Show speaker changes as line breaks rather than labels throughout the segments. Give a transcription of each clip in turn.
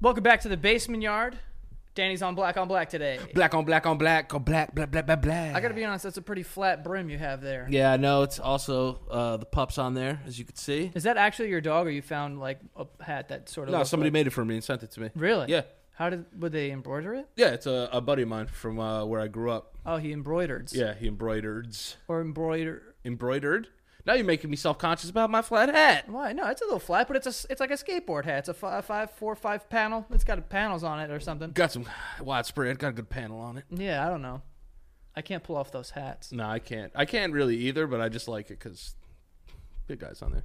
Welcome back to the basement yard. Danny's on black on black today.
Black on black on black on black black black black black.
I gotta be honest, that's a pretty flat brim you have there. Is
Yeah, I know. It's also uh, the pups on there, as you can see.
that actually your dog, or you found like a hat that sort of?
No,
looked
somebody
like-
made it for me and sent it to me.
Really?
Yeah,
How did would they embroider it?
yeah. It's a, a buddy of mine from uh, where I grew up.
Oh, he embroidered.
Yeah, he embroidered.
Or embroider.
Embroidered. Now you're making me self-conscious about my flat hat.
Why? No, it's a little flat, but it's a s- it's like a skateboard hat. It's a five five four five panel. It's got panels on it or something.
Got some widespread. Got a good panel on it.
Yeah, I don't know. I can't pull off those hats.
No, I can't. I can't really either, but I just like it because big guys on there.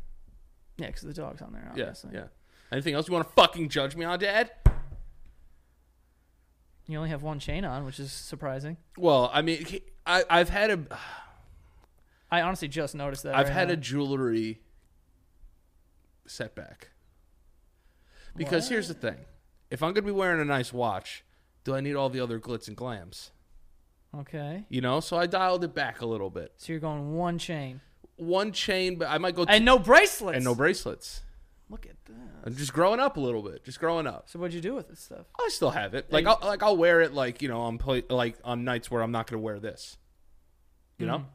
Yeah, because the dog's on there.
Yeah,
Obviously.
yeah. Anything else you want to fucking judge me on, Dad?
You only have one chain on, which is surprising.
Well, I mean, he- I, I've had a.
I honestly just noticed that.
I've
right
had
now.
a jewelry setback. Because here's the thing. If I'm going to be wearing a nice watch, do I need all the other glitz and glams?
Okay.
You know, so I dialed it back a little bit.
So you're going one chain
One chain, but I might go two
and no bracelets.
and no bracelets.
Look at that.
I'm just growing up a little bit. Just growing up.
So what'd you do with this stuff?
I still have it. Like I'll, like I'll wear it like, you know, on play, like on nights where I'm not going to wear this. You know?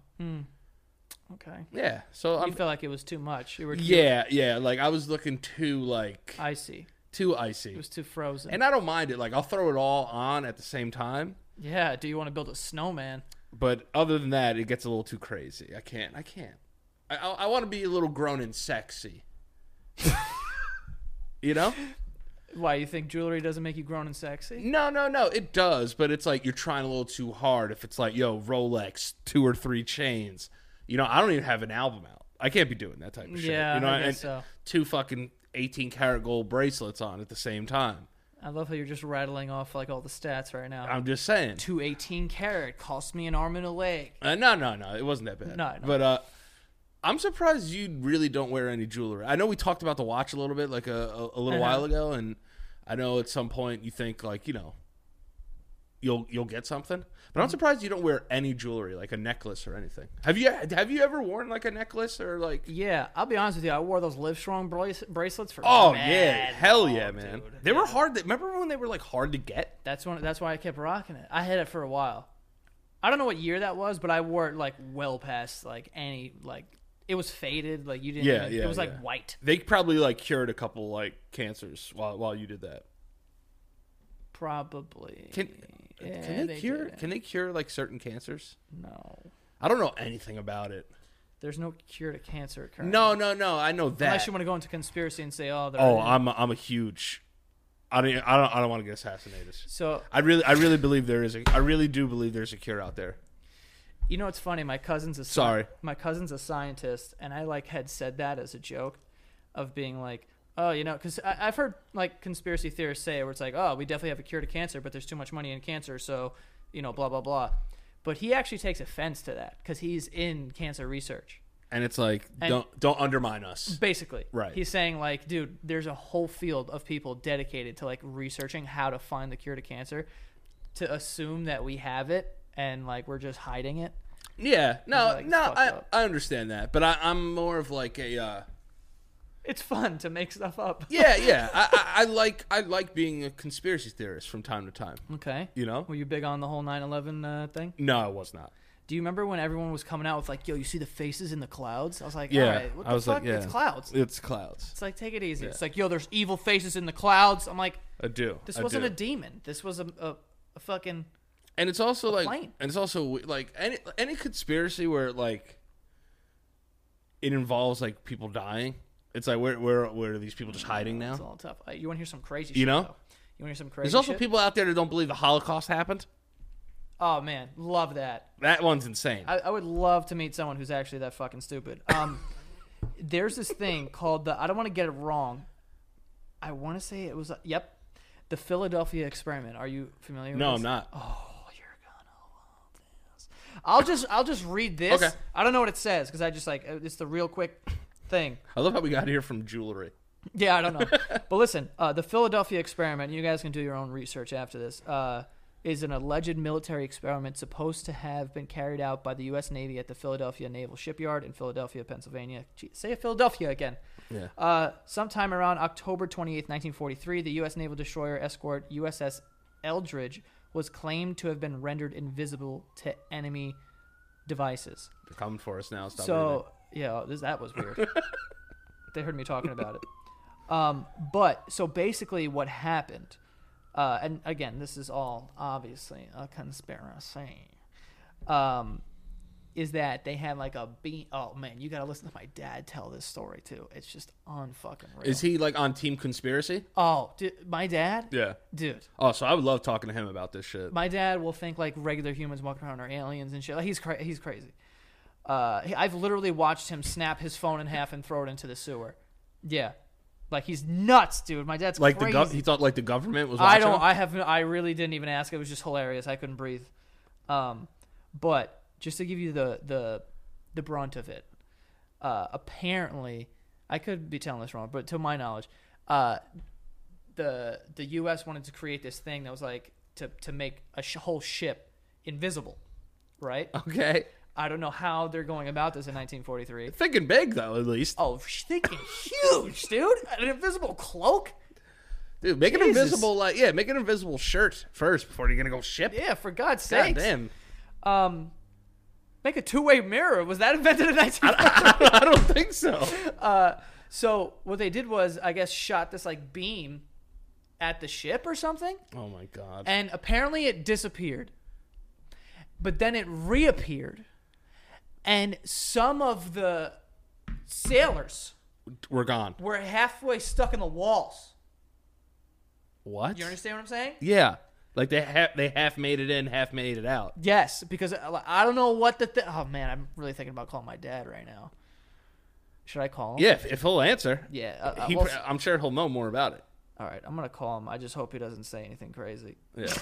Okay.
Yeah. So
You
I'm
felt like it was too much. You were. you-
Yeah, yeah, like I was looking too like
I see.
too icy.
It was too frozen.
And I don't mind it. Like I'll throw it all on at the same time.
yeah. Do you want to build a snowman?
But other than that, it gets a little too crazy. I can't. I can't. I, I, I want to be a little grown and sexy. you know?
Why you think jewelry doesn't make you grown and sexy?
No, no, no. It does, but it's like you're trying a little too hard. If it's like, yo, Rolex, two or three chains. You know, I don't even have an album out. I can't be doing that type of shit.
Yeah,
you know,
I guess
and
so.
two fucking eighteen karat gold bracelets on at the same time.
I love how you're just rattling off like all the stats right now.
I'm just saying.
218 carat cost me an arm and a leg.
Uh, no, no, no. It wasn't that bad.
No, I know.
But uh, I'm surprised you really don't wear any jewelry. I know we talked about the watch a little bit, like a, a, a little
know.
while ago, and I know at some point you think like you know you'll you'll get something, but
Mm-hmm.
I'm surprised you don't wear any jewelry, like a necklace or anything. Have you have you ever worn like a necklace or like?
Yeah, I'll be honest with you. I wore those Livestrong brace- bracelets for.
Oh
mad
yeah, hell
long,
yeah, man.
oh, dude.
They were hard. To, remember when they were like hard to get?
That's when. That's why I kept rocking it. I had it for a while. I don't know what year that was, but I wore it like well past like any like it was faded. Like you didn't.
Yeah,
even-
yeah,
It was like
yeah.
white,
They probably like cured a couple like cancers while while you did that.
probably.
Can
Yeah,
can they,
they
cure?
did it.
Can they cure like certain cancers?
no,
I don't know anything about it.
there's no cure to cancer. Currently.
No, no, no. I know that.
unless you want to go into conspiracy and say, oh, they're
oh, I'm a, I'm a huge. I don't I don't I don't want to get assassinated.
so
I really I really believe there is a I really do believe there's a cure out there.
You know, it's funny. My cousin's a sci-
Sorry.
My cousin's a scientist, and I like had said that as a joke, of being like, oh, you know, because I've heard like conspiracy theorists say where it's like, oh, we definitely have a cure to cancer, but there's too much money in cancer, so you know, blah blah blah. But he actually takes offense to that because he's in cancer research.
And it's like don't don't undermine us.
Basically,
Right.
He's saying like, dude, there's a whole field of people dedicated to like researching how to find the cure to cancer. To assume that we have it and like we're just hiding it.
Yeah. No,
Mm-hmm. Like,
no.
fucked
I,
up.
I understand that, but I, I'm more of like a. Uh,
It's fun to make stuff up.
yeah, yeah. I, I, I like I like being a conspiracy theorist from time to time.
Okay.
You know?
Were you big on the whole 9/11 uh, thing?
No, I was not.
Do you remember when everyone was coming out with like, "Yo, you see the faces in the clouds?" I was like, "All
Yeah,
right, what
I
the
was
fuck?
like, yeah.
It's clouds."
It's clouds.
It's like, take it easy. It's like, "Yo, there's evil faces in the clouds." I'm like,
I do.
this
I
wasn't
do.
a demon. This was a a, a fucking
and it's also like
plane.
and it's also like any any conspiracy where like it involves like people dying it's like where where where are these people just hiding
it's
now
all tough. Uh, you want to hear some crazy shit?
You know?
though. You want to hear some crazy
there's also
shit?
people out there that don't believe the holocaust happened
Oh man, love that.
that one's insane
I, I would love to meet someone who's actually that fucking stupid. Um, there's this thing called the. I don't want to get it wrong. I want to say it was. uh, Yep, the Philadelphia experiment. Are you familiar? with
no i'm
this?
not
Oh, you're gonna love this. I'll just I'll just read this.
Okay.
I don't know what it says because I just like uh, it's the real quick thing.
i love how we got here from jewelry
Yeah, I don't know. but listen, uh, the Philadelphia experiment. You guys can do your own research after this. Uh, is an alleged military experiment supposed to have been carried out by the U.S. Navy at the Philadelphia Naval Shipyard in Philadelphia, Pennsylvania. Gee, say Philadelphia again.
Yeah.
Uh, sometime around October 28, 1943, the U.S. naval destroyer escort USS Eldridge was claimed to have been rendered invisible to enemy devices.
They're coming for us now. Stop
so, yeah, this, that was weird. they heard me talking about it. Um, but, so basically, what happened, uh, and again, this is all obviously a conspiracy. Um, is that they had like a beat? Oh man, you gotta listen to my dad tell this story too. It's just unfucking real.
reading. Is he like on Team Conspiracy?
oh, dude, my dad,
Yeah.
dude,
Oh, so I would love talking to him about this shit.
my dad will think like regular humans walking around are aliens and shit. Like, he's cra- he's crazy. Uh, he- I've literally watched him snap his phone in half and throw it into the sewer. Yeah, like he's nuts, dude. My dad's
Like
crazy.
the gov- he thought like the government was.
I
Watching
don't.
Him?
I have. I really didn't even ask. It was just hilarious. I couldn't breathe. Um, but just to give you the the the brunt of it, uh, apparently, I could be telling this wrong, but to my knowledge, uh, the the U.S. wanted to create this thing that was like to to make a sh- whole ship invisible, right?
Okay.
I don't know how they're going about this in 1943.
Thinking big though, at least.
Oh, sh- thinking huge, dude! An invisible cloak.
Dude, make an
Jesus.
invisible like yeah, make an invisible shirt first before you're gonna go ship.
Yeah, for God's
God
sake.
damn.
um, make a two-way mirror. Was that invented in 19?
I don't think so.
uh, so what they did was, I guess, shot this like beam at the ship or something,
Oh my god.
and apparently it disappeared. But then it reappeared, and some of the sailors
We're gone.
were halfway stuck in the walls.
What?
You understand what I'm saying?
Yeah. Like they ha- they half made it in, half made it out.
Yes, because I I don't know what the thi- oh man, I'm really thinking about calling my dad right now. Should I call him?
Yeah, if, if he'll answer.
Yeah, uh, uh,
He,
well,
pr- I'm sure he'll know more about it.
All right, I'm gonna call him. I just hope he doesn't say anything crazy.
Yeah.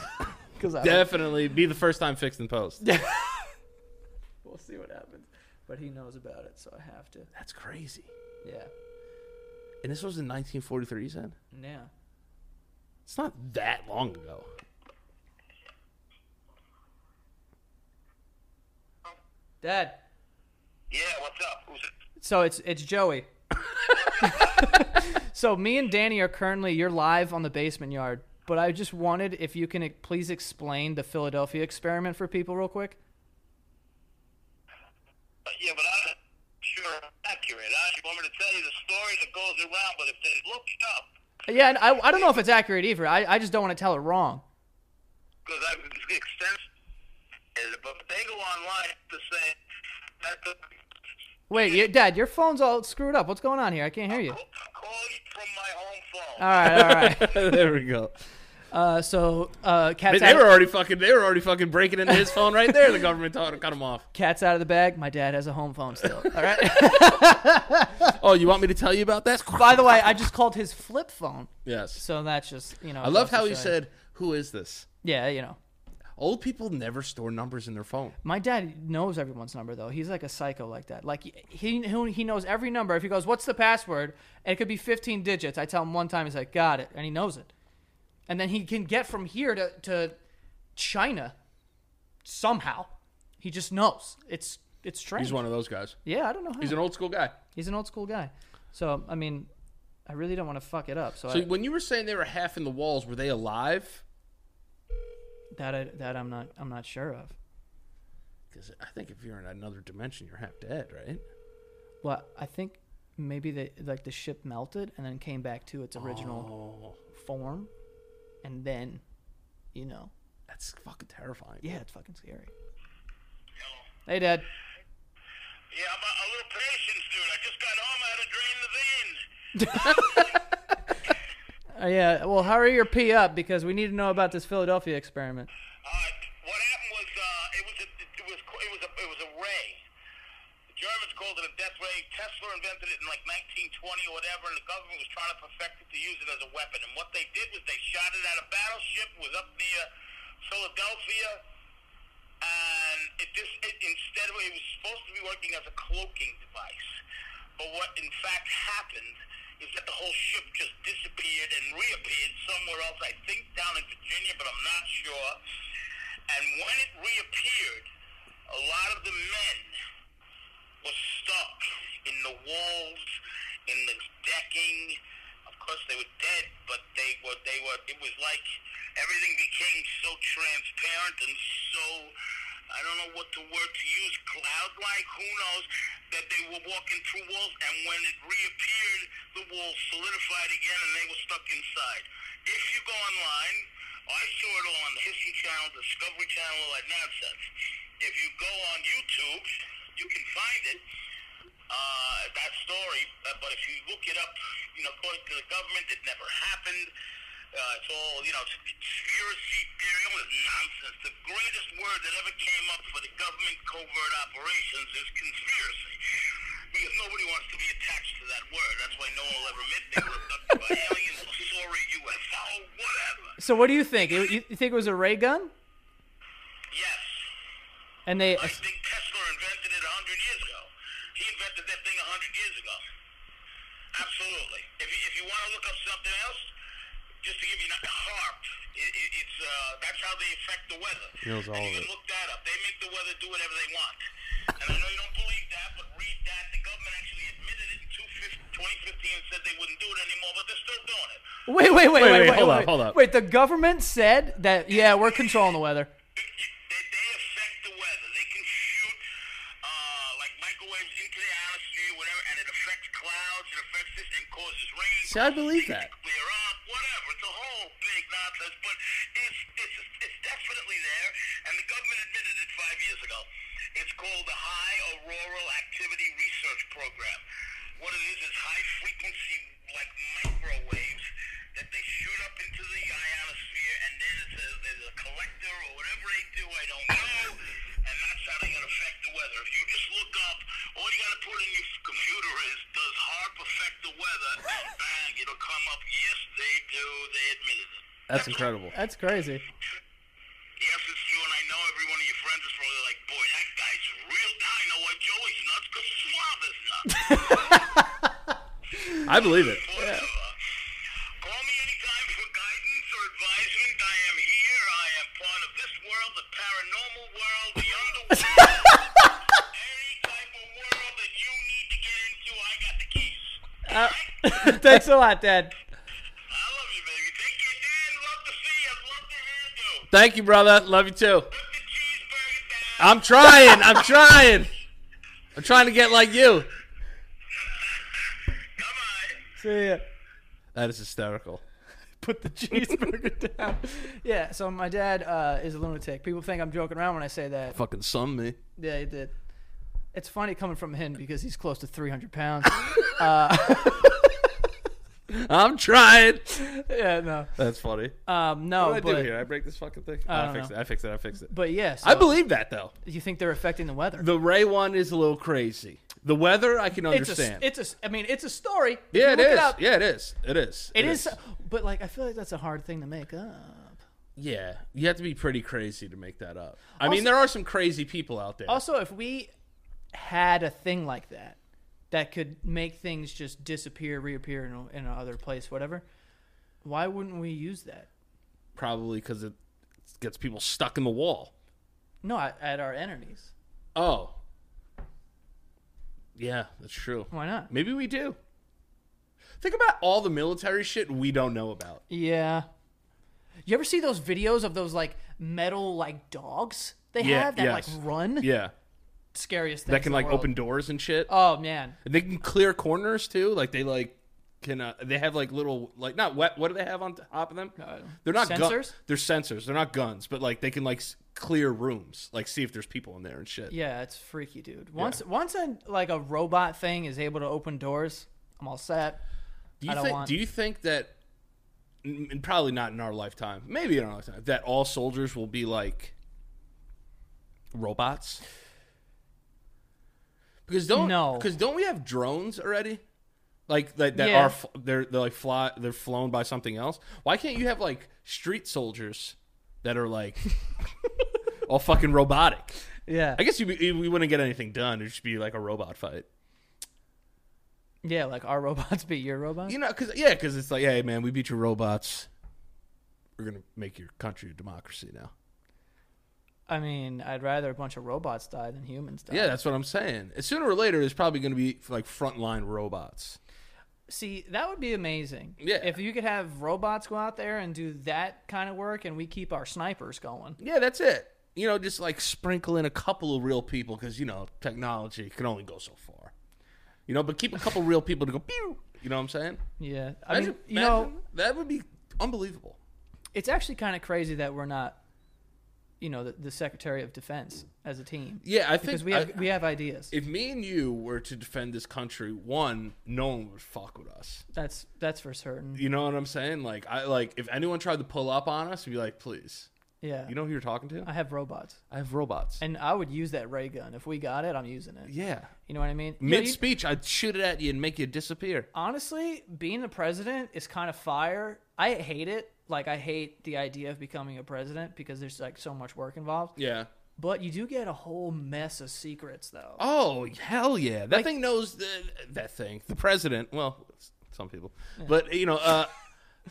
Because
Definitely be the first time fixed and post.
we'll see what happens. But he knows about it, so I have to.
That's crazy.
Yeah.
And this was in 1943, you said?
Yeah.
It's not that long ago.
Dad.
Yeah, what's up? Who's it?
So it's it's Joey. so me and Danny are currently you're live on the basement yard, but I just wanted if you can e- please explain the Philadelphia experiment for people real quick.
Uh, yeah, but I'm not sure I'm accurate. I you want me to tell you the story that goes around, but if they look it up,
Yeah, and I, I don't know if it's accurate either. I, I just don't want to tell it wrong.
because I've extensive, but if they go online to say that the,
Wait, your, Dad, your phone's all screwed up. What's going on here? I can't hear you.
call you from my home phone.
All right, all right.
there we go.
Uh, so uh,
They,
cat's
they
out.
were already fucking. They were alady fucking breaking into his phone right there. The government told, cut him off.
cat's out of the bag. My dad has a home phone still. All right.
Oh, you want me to tell you about that?
By the way, I just called his flip phone,
yes.
so that's just you know.
I love how
to
he
show
said, "Who is this?"
"Yeah, you know."
Old people never store numbers in their phone.
My dad knows everyone's number though. He's like a psycho like that. Like he he he knows every number. If he goes, "What's the password?" and it could be 15 digits. I tell him one time, he's like, "Got it," and he knows it. And then he can get from here to to China somehow. He just knows. It's it's strange.
He's one of those guys.
yeah, I don't know how.
He's an old school guy.
He's an old school guy. So, I mean, I really don't want to fuck it up. So,
So
I,
when you were saying they were half in the walls, were they alive?
that I, that I'm not I'm not sure of.
Because I think if you're in another dimension, you're half dead, right?
Well, I think maybe they like the ship melted and then came back to its original
Oh,
form, and then, you know,
that's fucking terrifying.
yeah, it's fucking scary.
You know.
Hey, Dad.
Yeah, I'm a, a little patience, dude. I just got home. I had to drain the veins.
Uh, yeah. Well, hurry your pee up because we need to know about this Philadelphia experiment.
Uh, what happened was uh, it was a, it was it was a, it was a ray. The Germans called it a death ray. Tesla invented it in like 1920 or whatever, and the government was trying to perfect it to use it as a weapon. And what they did was they shot it at a battleship. It was up near Philadelphia, and Um, it just it, instead of it was supposed to be working as a cloaking device. But what in fact happened is that the whole ship just disappeared and reappeared somewhere else. I think down in Virginia, but I'm not sure. And when it reappeared, a lot of the men were stuck in the walls, in the decking. Of course, they were dead, but they were they were. It was like everything became so transparent and so. I don't know what the word to use, cloud-like, who knows, that they were walking through walls, and when it reappeared, the walls solidified again, and they were stuck inside. If you go online, I saw it all on the History Channel, Discovery Channel, all that nonsense. If you go on YouTube, you can find it, uh, that story. Uh, But if you look it up, you know, according to the government, it never happened. Uh, it's all, you know, it's conspiracy theory, all this nonsense. The greatest word that ever came up for the government covert operations is conspiracy. Because nobody wants to be attached to that word. That's why no one will ever admit they were abducted by aliens or sorry UFO, whatever.
So what do you think? You you think it was a ray gun?
Yes.
And they uh,
I think Tesla invented it 100 years ago. He invented that thing 100 years ago. Absolutely. If you, if you want to look up something else, just to give you a harp, it, it, it's uh, that's how they affect the weather.
Knows all
and you
of
can
it.
look that up. They make the weather do whatever they want. And I know you don't believe that, but read that. The government actually admitted it in 2015 and said they wouldn't do it anymore, but they're still doing it.
wait, wait, wait, wait,
wait,
wait,
hold
wait,
up, hold up.
Wait, the government said that yeah, we're controlling the weather.
They, they affect the weather. They can shoot uh, like microwaves into the atmosphere, whatever, and it affects clouds. It affects this and causes rain.
See, I believe
Things
that.
Clear up, whatever. It's a whole big nonsense, but it's it's it's definitely there, and the government admitted it five years ago. It's called the High Auroral Activity Research Program. What it is is high frequency like microwaves that they shoot up into the ionosphere, and then it's a, there's a collector or whatever they do, I don't know, and that's how they going to affect the weather. If you just look up, all you got to put in your computer is, does HARP affect the weather? And bang, it'll come up, yes, they do, they admitted it.
That's incredible.
That's crazy.
Yes, it's true, and I know every one of your friends is probably like, boy, that guy's real. Now I know why Joey's nuts, because Suave is nuts.
I believe it.
Whatever. Call me anytime for guidance or advisement. I am here. I am part of this world, the paranormal world, the underworld. Any type of world that you need to get into, I got the keys.
Uh, thanks a lot, Dad.
I love you, baby. Take care, Dan. Love to see you. Love to hear you.
Thank you, brother. Love you too.
Put the cheeseburger down.
I'm trying. I'm trying. I'm trying to get like you.
Come on.
See ya.
That is hysterical.
Put the cheeseburger down. Yeah. So my dad uh, is a lunatic. People think I'm joking around when I say that.
Fucking sun me.
Yeah, he did. It's funny coming from him because he's close to 300 pounds. uh,
I'm trying.
yeah, no.
That's funny.
Um, no,
what do
but,
I do here? I break this fucking thing.
I
I,
don't
fixed
know.
it. I fixed it. I fixed it.
but yeah, so
I believe that though.
you think they're affecting the weather.
The Ray one is a little crazy. The weather I can
it's
understand.
a, it's a, s- I mean, it's a story. If you
yeah, it
look
is.
up,
yeah, it is. It is.
it is, but like, I feel like that's a hard thing to make up.
Yeah, you have to be pretty crazy to make that up. I mean, there are some crazy people out there.
Also, if we had a thing like that that could make things just disappear, reappear in, a- in another place, whatever, why wouldn't we use that?
Probably because it gets people stuck in the wall.
No, at, at our enemies.
Oh, yeah, that's true.
Why not?
Maybe we do. Think about all the military shit we don't know about.
Yeah. You ever see those videos of those like metal like dogs they
Yeah,
have that
yes.
like run?
Yeah,
Scariest thing.
that can like open doors and shit.
Oh man.
And they can clear corners too. Like they like can uh, they have like little like not wet. What do they have on top of them? they're not gu-
Uh, sensors?
they're sensors. They're not guns, but like they can like s- clear rooms, like see if there's people in there and shit.
Yeah, it's freaky, dude. Once once a like a robot thing is able to open doors, I'm all set.
do you
I don't
think?
want-
Do you think that? n- And probably not in our lifetime. Maybe in our lifetime, that all soldiers will be like robots. Because don't
No.
Because don't we have drones already? Like that, that
Yeah.
are f- they're they're like fly they're flown by something else. Why can't you have like street soldiers that are like all fucking robotic?
Yeah.
I guess you, you we wouldn't get anything done. It'd just be like a robot fight.
yeah, like our robots beat your robots.
You know, because yeah, because it's like, hey, man, we beat your robots. We're gonna make your country a democracy now.
I mean, I'd rather a bunch of robots die than humans die.
Yeah, that's what I'm saying. Sooner or later, there's probably going to be like frontline robots.
See, that would be amazing.
Yeah.
If you could have robots go out there and do that kind of work and we keep our snipers going.
Yeah, that's it. You know, just like sprinkle in a couple of real people because you know technology can only go so far. You know, but keep a couple real people to go. Pew! You know what I'm saying?
Yeah. I
Imagine,
mean, you know,
imagine- that would be unbelievable.
it's actually kind of crazy that we're not, you know, the, the Secretary of Defense as a team.
Yeah, I
Because
think
we have,
I-
we have ideas.
if me and you were to defend this country, one, no one would fuck with us.
that's that's for certain.
You know what I'm saying? Like, I like if anyone tried to pull up on us, we'd be like, please.
Yeah.
You know who you're talking to?
I have robots.
I have robots.
And I would use that ray gun. If we got it, I'm using it.
yeah.
You know what I mean? You know,
Mid
you-
speech, I'd shoot it at you and make you disappear.
honestly, being the president is kind of fire. I hate it. Like I hate the idea of becoming a president because there's like so much work involved.
Yeah.
But you do get a whole mess of secrets though.
Oh hell yeah! That thing knows the, that thing. The president. Well, s- some people, but you know, uh,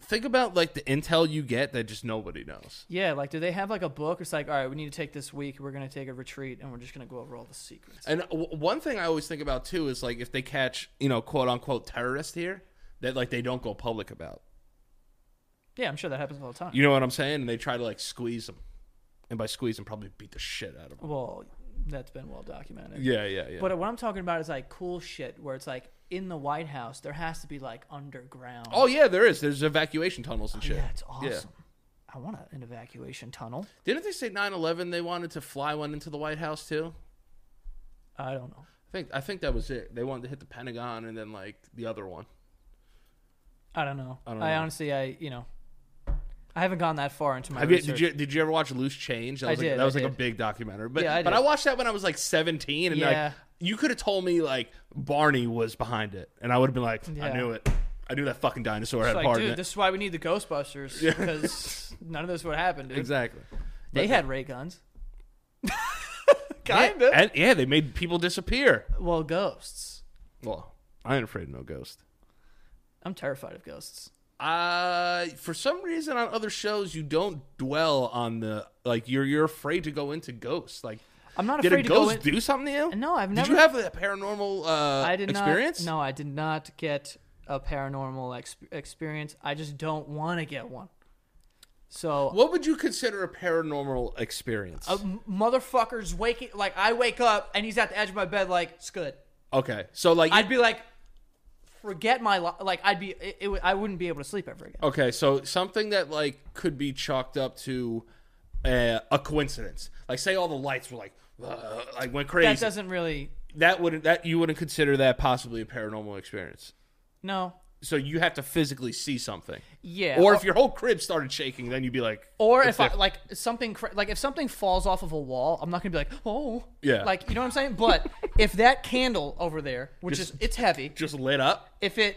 think about like the intel you get that just nobody knows.
Yeah, like do they have like a book? It's like, all right, we need to take this week. We're gonna take a retreat, and we're just gonna go over all the secrets.
And w- one thing I always think about too is like if they catch you know quote unquote terrorists here that like they don't go public about.
Yeah, I'm sure that happens all the time.
You know what I'm saying? And they try to like squeeze them, and by squeeze them, probably beat the shit out of them.
well, that's been well documented.
Yeah, yeah, yeah.
But uh, what I'm talking about is like cool shit, where it's like in the White House, there has to be like underground.
oh yeah, there is. There's evacuation tunnels and shit.
Oh, yeah, it's awesome. I want a- an evacuation tunnel.
Didn't they say 9/11? They wanted to fly one into the White House too.
I don't know.
I think I think that was it. They wanted to hit the Pentagon and then like the other one.
I don't know. I,
don't know.
honestly, I you know, I haven't gone that far into my
Have you,
research.
did you did you ever watch Loose Change? That
I
was like,
did,
That
I
was like a
did.
big documentary. But
Yeah, I
but
did.
I watched that when I was like 17, and like
Yeah.
you could have told me like Barney was behind it, and I would have been like, I
Yeah.
knew it. I knew that fucking dinosaur had
It's like,
part in
dude,
it.
this is why we need the Ghostbusters because none of this would happen, dude.
exactly.
They had ray guns. kind of.
And yeah, they made people disappear.
Well, ghosts.
Well, I ain't afraid of no ghost.
I'm terrified of ghosts.
Uh, for some reason on other shows you don't dwell on the like you're you're afraid to go into ghosts. Like
I'm not
Did a
afraid to go
ghost
in.
do something to you?
No, I've
Did you
never-
have a paranormal uh,
I did
experience?
not. No, I did not get a paranormal ex- experience. I just don't want to get one. So
What would you consider a paranormal experience?
m- motherfuckers waking like I wake up and he's at the edge of my bed like it's good.
okay, so like,
I'd be like, forget my life. Like I'd be, it, it, would- I wouldn't be able to sleep ever again.
okay, so something that like could be chalked up to uh, a coincidence. Like, say all the lights were like, uh, like went crazy.
That
That,
doesn't really.
wouldn't that you wouldn't consider that possibly a paranormal experience.
No.
So you have to physically see something.
Yeah.
Or if your whole crib started shaking, then you'd be like,
Or
it's
if I,
different.
like something cra- like if something falls off of a wall, I'm not gonna be like, oh,
Yeah.
like you know what I'm saying. But if that candle over there, which
Just-
is it's heavy,
just lit up.
if it,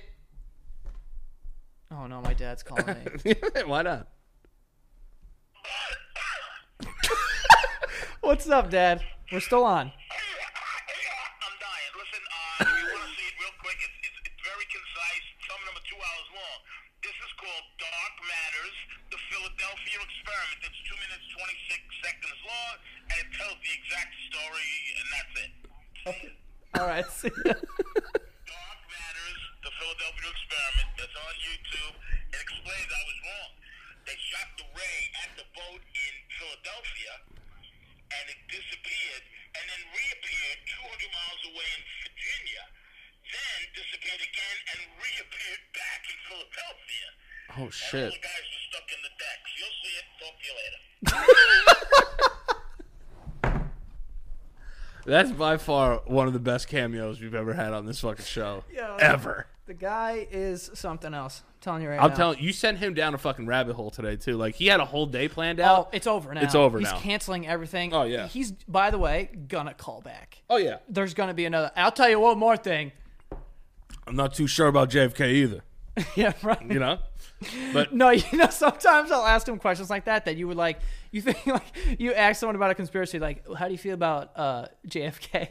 oh no, my dad's calling me.
Why not?
What's up, Dad? We're still on.
I'm dying. Listen, uh, if you want to see it real quick, it's, it's, it's very concise. Some of them are two hours long. This is called Dark Matters, the Philadelphia Experiment. It's two minutes, 26 seconds long, and it tells the exact story, and that's it.
All right. See ya.
Dark Matters, the Philadelphia Experiment, that's on YouTube. It explains I was wrong. They shot the ray at the boat in Philadelphia, and it disappeared, and then reappeared 200 miles away in Virginia, then disappeared again and reappeared back in Philadelphia.
Oh
All
shit.
the guys were stuck in the decks. You'll see it. Talk to you later.
That's by far one of the best cameos we've ever had on this fucking show.
Yeah.
Ever.
the guy is something else. I'm telling you right
I'm
now.
telling you, sent him down a fucking rabbit hole today too. Like he had a whole day planned
Oh,
out.
it's over now.
It's over
He's
now.
canceling everything.
Oh, yeah.
He's by the way gonna call back.
Oh, yeah.
There's gonna be another. I'll tell you one more thing.
I'm not too sure about JFK either.
yeah, right.
You know? But
No, you know, sometimes I'll ask him questions like that that you would like. You think like you ask someone about a conspiracy, like, how do you feel about uh, JFK?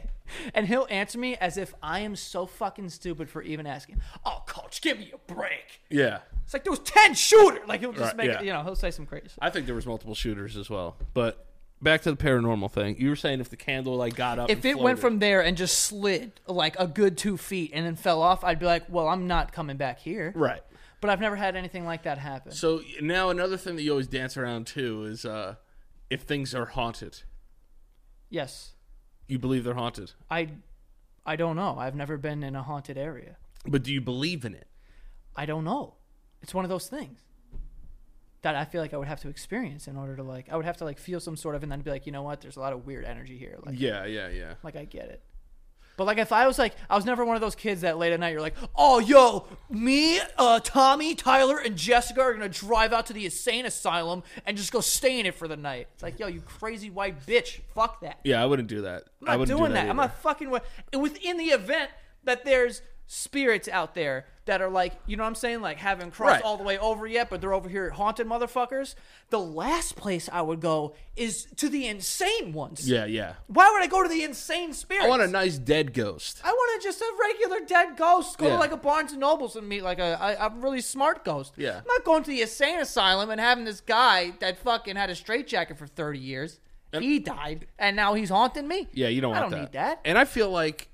And he'll answer me as if I am so fucking stupid for even asking. Oh, coach, give me a break.
yeah.
It's like there was ten shooter. Like he'll just
Right,
make
yeah.
it. You know, he'll say some crazy. shit.
I think there was multiple shooters as well. But back to the paranormal thing. You were saying if the candle like got up,
If
and
it went
floated.
from there and just slid like a good two feet and then fell off, I'd be like, well, I'm not coming back here.
right,
But I've never had anything like that happen.
so now another thing that you always dance around too is uh, if things are haunted.
yes.
You believe they're haunted,
I, I don't know. I've never been in a haunted area.
but do you believe in it?
I don't know. It's one of those things that I feel like I would have to experience in order to like I would have to like feel some sort of and then be like, you know what, there's a lot of weird energy here. Like
Yeah, yeah, yeah.
like I get it. But like if I was like I was never one of those kids that late at night you're like, "Oh, yo, me, uh Tommy, Tyler and Jessica are going to drive out to the insane asylum and just go stay in it for the night." It's like, "Yo, you crazy white bitch. Fuck that."
Yeah, I wouldn't do that. I
I'm not
wouldn't
doing
do
that. I'm
either.
not fucking with. and Within the event that there's spirits out there that are like, you know what I'm saying? Like haven't crossed
Right.
all the way over yet, but they're over here haunted motherfuckers. The last place I would go is to the insane ones.
Yeah, yeah.
Why would I go to the insane spirits?
I want a nice dead ghost.
I want to just a regular dead ghost. Go
Yeah.
to like a Barnes and Nobles and meet like a, a, a really smart ghost.
Yeah.
I'm not going to the insane asylum and having this guy that fucking had a straitjacket for 30 years. he died, and now he's haunting me.
Yeah, you don't
I
want
don't
that.
need that.
And I feel like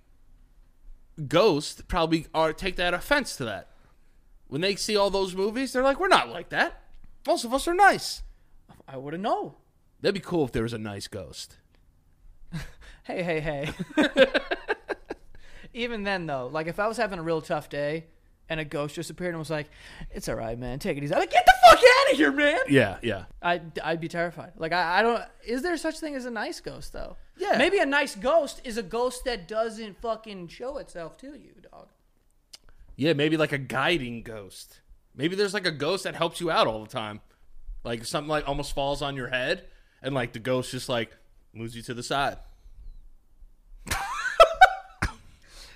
ghosts probably are take that offense to that. When they see all those movies, they're like, "We're not like that. Most of us are nice."
I wouldn't know.
That'd be cool if there was a nice ghost.
Hey, hey, hey. Even then, though, like if I was having a real tough day and a ghost just appeared and was like, "It's all right, man, take it easy," I'm like, "Get the fuck out of here, man!"
Yeah, yeah.
I'd, I'd be terrified. Like I, I don't. Is there such thing as a nice ghost though?
Yeah.
Maybe a nice ghost is a ghost that doesn't fucking show itself to you, dog.
Yeah, maybe like a guiding ghost. Maybe there's like a ghost that helps you out all the time. Like if something like almost falls on your head and like the ghost just like moves you to the side.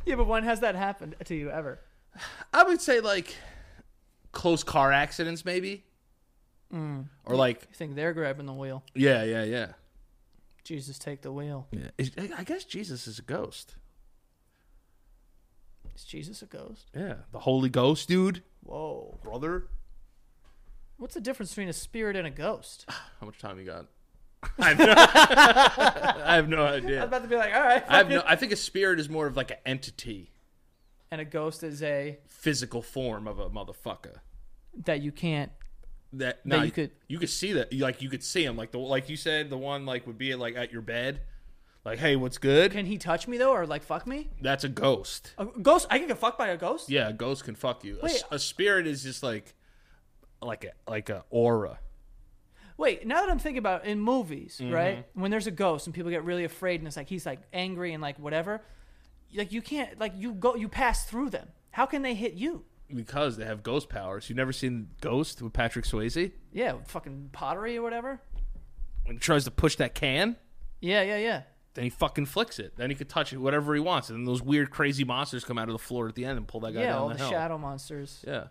Yeah, but when has that happened to you ever?
I would say like close car accidents maybe.
Mm.
Or like
You think they're grabbing the wheel?
yeah, yeah, yeah.
Jesus, take the wheel.
Yeah. Is- I I guess Jesus is a ghost.
Is Jesus a ghost?
Yeah. The Holy Ghost, dude.
Whoa.
Brother.
What's the difference between a spirit and a ghost?
How much time you got? I have no, I have no
I'm
idea.
about to be like, all right.
I have no I think a spirit is more of like an entity,
and a ghost is a
physical form of a motherfucker.
that you can't.
That, no,
you
you could
could-
you could see that like you could see him like the like you said the one like would be like at your bed like hey what's good
Can he touch me though, or like fuck me?
that's a ghost
A ghost? I can get fucked by a ghost?
yeah a ghost can fuck you A s-
Wait.
a, spirit is just like like a like a aura
Wait, now that I'm thinking about it, in movies,
Mm-hmm.
right? When there's a ghost and people get really afraid and it's like he's like angry and like whatever, like you can't like you go you pass through them. How can they hit you?
because they have ghost powers. You never seen Ghost with Patrick Swayze?
Yeah, fucking pottery or whatever.
When he tries to push that can,
Yeah, yeah, yeah.
then he fucking flicks it. Then he can touch it whatever he wants, and then those weird crazy monsters come out of the floor at the end and pull that guy
yeah,
down
all
the,
the
hill.
shadow monsters
Yeah.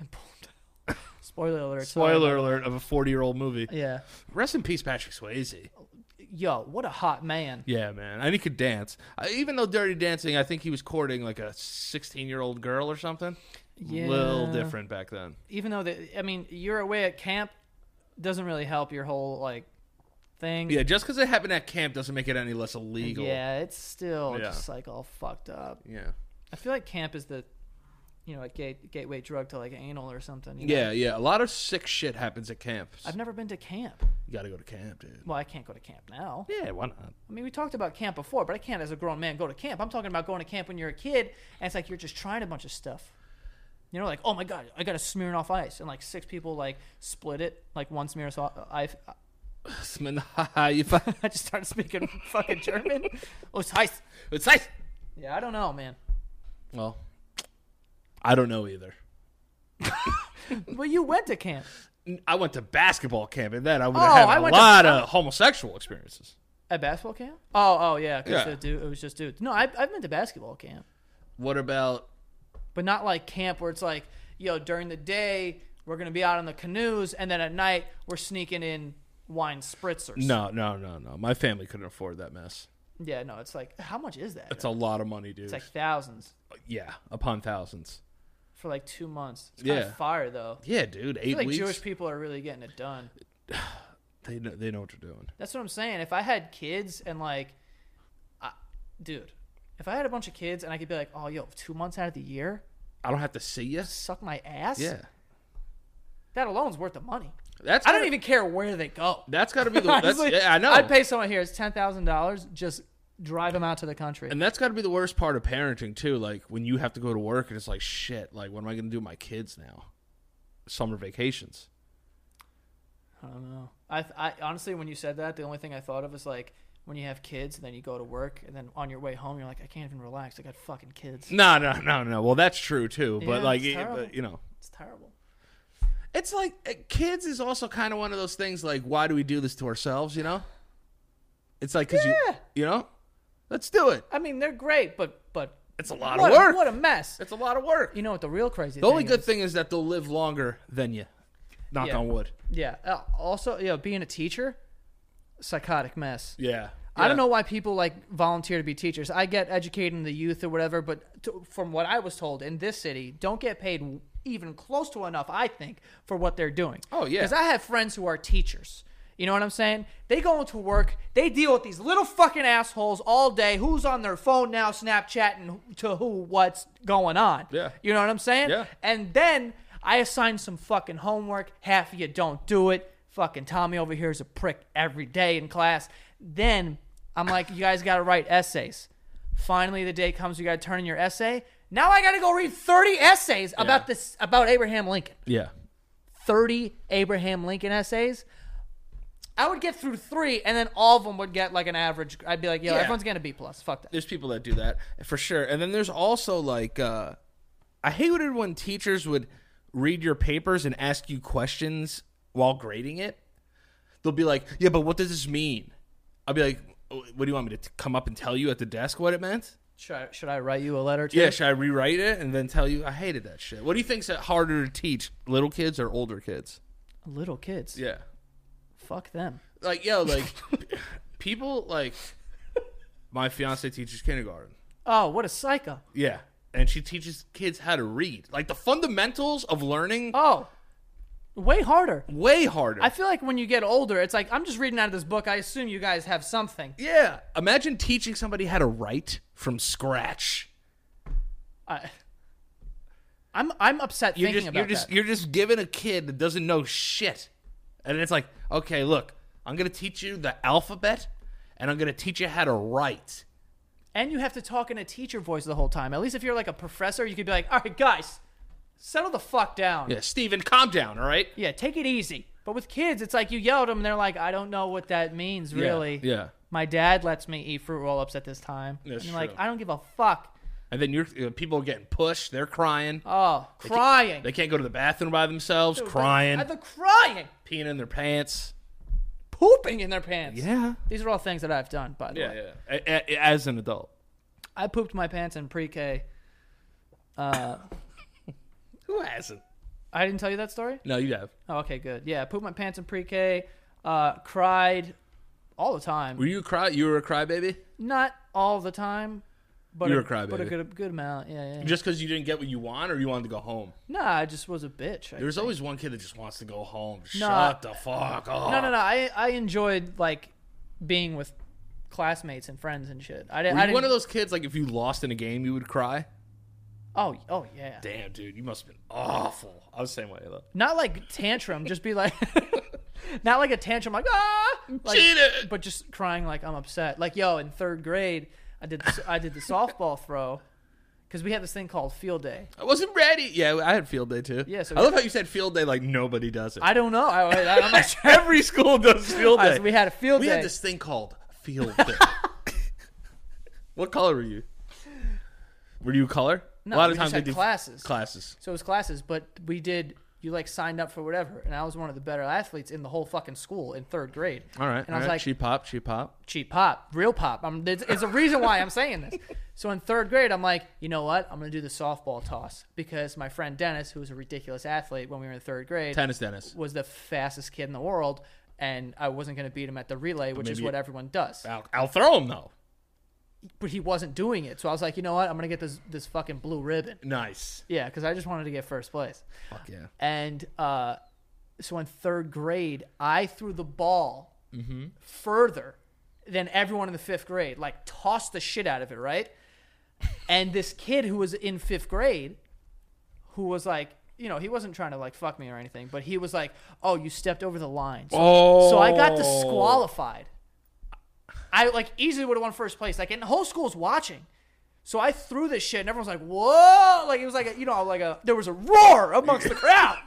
and pull them down. Spoiler alert. sorry.
Spoiler alert of a forty-year-old movie.
Yeah.
Rest in peace, Patrick Swayze.
Yo, what a hot man.
Yeah, man, and he could dance. Uh, even though Dirty Dancing, I think he was courting like a sixteen-year-old girl or something.
Yeah.
Little different back then.
Even though the I mean, you're away at camp doesn't really help your whole like thing.
Yeah, just because it happened at camp doesn't make it any less illegal.
Yeah, it's still
Yeah.
just like all fucked up.
Yeah.
I feel like camp is the, you know, like gate, gateway drug to like anal or something. you know?
Yeah, yeah. A lot of sick shit happens at camps.
I've never been to camp.
You gotta go to camp, dude.
Well, I can't go to camp now.
Yeah, why not?
I mean, we talked about camp before, but I can't as a grown man go to camp. I'm talking about going to camp when you're a kid, and it's like you're just trying a bunch of stuff. You know, like oh my god, I got a smearing off ice, and like six people like split it, like one smear off ice. I just started speaking fucking German. Oh, it's ice.
It's nice.
Yeah, I don't know, man.
Well, I don't know either.
Well, you went to camp
I went to basketball camp, and then I would
Oh,
have
I
had a
went to-
lot of homosexual experiences.
at basketball camp. Oh, oh yeah,
Yeah.
because it was just dudes. No, I, I've been to basketball camp.
What about?
but not like camp where it's like, yo, during the day we're gonna be out on the canoes, and then at night we're sneaking in wine spritzers.
No, no, no, no. My family couldn't afford that mess.
yeah, no, it's like, how much is that?
It's a lot of money, dude.
It's like thousands
yeah, upon thousands.
for like two months. It's kind
Yeah.
of fire though.
Yeah, dude.
I
Eight
feel like
weeks.
Jewish people are really getting it done.
They know, they know what they're doing.
That's what I'm saying. If I had kids and like, I, dude, if I had a bunch of kids and I could be like, oh, yo, two months out of the year,
I don't have to see you.
suck my ass.
Yeah,
that alone's worth the money.
that's.
I don't
gotta-
even care where they go.
That's got to be the. That's,
Honestly,
yeah, I know.
I'd pay someone here. It's ten thousand dollars. Just drive them out to the country.
And that's got to be the worst part of parenting too. Like when you have to go to work and it's like shit. Like what am I going to do with my kids now? Summer vacations.
I don't know. I, th- I honestly, when you said that, the only thing I thought of is like when you have kids and then you go to work and then on your way home you're like, I can't even relax. I got fucking kids.
No, no, no, no. Well, that's true too.
Yeah,
but like,
it's
it-
terrible.
but, you know,
It's terrible.
it's like uh, kids is also kind of one of those things. Like, why do we do this to ourselves? You know, it's like because
Yeah.
you, you know, let's do it.
I mean, they're great, but but
It's a lot
what
of work.
A, what a mess.
it's a lot of work.
You know what the real crazy?
The only
thing
good
is-
thing is that they'll live longer than you. Knock
Yeah.
on wood.
Yeah. Uh, Also, you know, being a teacher, psychotic mess.
Yeah.
I don't
Yeah.
know why people like volunteer to be teachers. I get educating the youth or whatever, but to, from what I was told in this city, don't get paid even close to enough, I think, for what they're doing.
Oh, yeah.
Because I have friends who are teachers. You know what I'm saying? They go into work, they deal with these little fucking assholes all day. Who's on their phone now, Snapchatting to who, what's going on?
Yeah.
You know what I'm saying?
Yeah.
And then I assign some fucking homework. Half of you don't do it. Fucking Tommy over here is a prick every day in class. Then I'm like, you guys got to write essays. Finally, the day comes, you got to turn in your essay. Now I got to go read 30 essays about this about Abraham Lincoln.
Yeah.
30 Abraham Lincoln essays. I would get through three, and then all of them would get like an average. I'd be like, yo,
Yeah.
everyone's getting a B plus. Fuck that.
there's people that do that for sure. And then there's also like uh I hated when teachers would read your papers and ask you questions while grading it. They'll be like, "Yeah, but what does this mean?" I'll be like, "Oh, "What do you want me to t- come up and tell you at the desk what it meant?"
Should I, should I write you a letter? Too?
Yeah, should I rewrite it and then tell you? I hated that shit. What do you think's harder to teach, little kids or older kids?
Little kids.
Yeah.
Fuck them.
Like, yo, like people like my fiance teaches kindergarten.
Oh, what a psycho.
Yeah. And she teaches kids how to read. Like the fundamentals of learning
Oh, way harder.
way harder.
I feel like when you get older, it's like I'm just reading out of this book. I assume you guys have something.
yeah. Imagine teaching somebody how to write from scratch.
I, I'm I'm upset
You're
thinking
just
about
you're just
that.
you're just giving a kid that doesn't know shit. And it's like, okay, look, I'm gonna teach you the alphabet and I'm gonna teach you how to write.
And you have to talk in a teacher voice the whole time. At least if you're like a professor, you could be like, all right, guys, settle the fuck down.
Yeah, Steven, calm down, all right?
Yeah, take it easy. But with kids, it's like you yell at them, and they're like, I don't know what that means, really.
yeah.
My dad lets me eat fruit roll ups at this time.
That's
and you're like,
true.
I don't give a fuck.
And then you're uh, people are getting pushed, they're crying.
Oh, crying.
They can't go to the bathroom by themselves, crying,
The, the crying.
peeing in their pants.
Pooping in their pants.
Yeah.
These are all things that I've done, by the
Yeah,
way.
yeah. A- a- as an adult.
I pooped my pants in pre K.
Who hasn't?
I didn't tell you that story?
No, you have.
Oh, okay, good. Yeah, I pooped my pants in pre K, uh, cried all the time.
Were you a cry? You were a crybaby
Not all the time, but,
You were
a,
a crybaby.
but a good, good amount. Yeah, yeah.
just because you didn't get what you want, or you wanted to go home.
Nah, I just was a bitch. I
There's always one kid that just wants to go home.
No,
Shut the fuck up.
No, no, no. I I enjoyed like being with classmates and friends and shit. I didn't.
Were
I
you
didn't
one of those kids like if you lost in a game, you would cry?
oh, oh yeah.
Damn, dude, you must have been awful. I was the same way though.
Not like tantrum. Just be like, not like a tantrum. Like ah, like,
Cheated!
But just crying like I'm upset. Like yo, in third grade, I did the, I did the softball throw because we had this thing called field day.
I wasn't ready. Yeah, I had field day too.
Yeah, so-
I love how you said field day like nobody does it.
I don't know. I, I, I'm not sure.
Every school does field
I-
day.
we had a field
We
day.
had this thing called field day. what color were you? Were you color?
No, we just had
they do
classes.
Classes.
So it was classes, but we did. You like signed up for whatever, and I was one of the better athletes in the whole fucking school in third grade.
All right.
and
all
I was
right.
like,
cheap pop, cheap pop.
cheap pop, real pop. I'm, it's, it's a reason why I'm saying this. So in third grade, I'm like, you know what? I'm gonna do the softball toss because my friend Dennis, who was a ridiculous athlete when we were in third grade,
Tennis, Dennis.
was the fastest kid in the world, and I wasn't gonna beat him at the relay, which is
maybe-
what everyone does.
I'll, I'll throw him though.
But he wasn't doing it, so I was like, you know what? I'm gonna get this this fucking blue ribbon.
Nice.
Yeah, because I just wanted to get first place.
Fuck yeah.
and uh, so in third grade, I threw the ball further than everyone in the fifth grade, like tossed the shit out of it, right? and this kid who was in fifth grade, who was like, you know, he wasn't trying to like fuck me or anything, but he was like, "Oh, you stepped over the line." So, so I got
Oh.
disqualified. I like easily would have won first place. Like, and the whole school's watching. So I threw this shit, and everyone's like, "Whoa!" Like it was like a, you know, like a there was a roar amongst the crowd.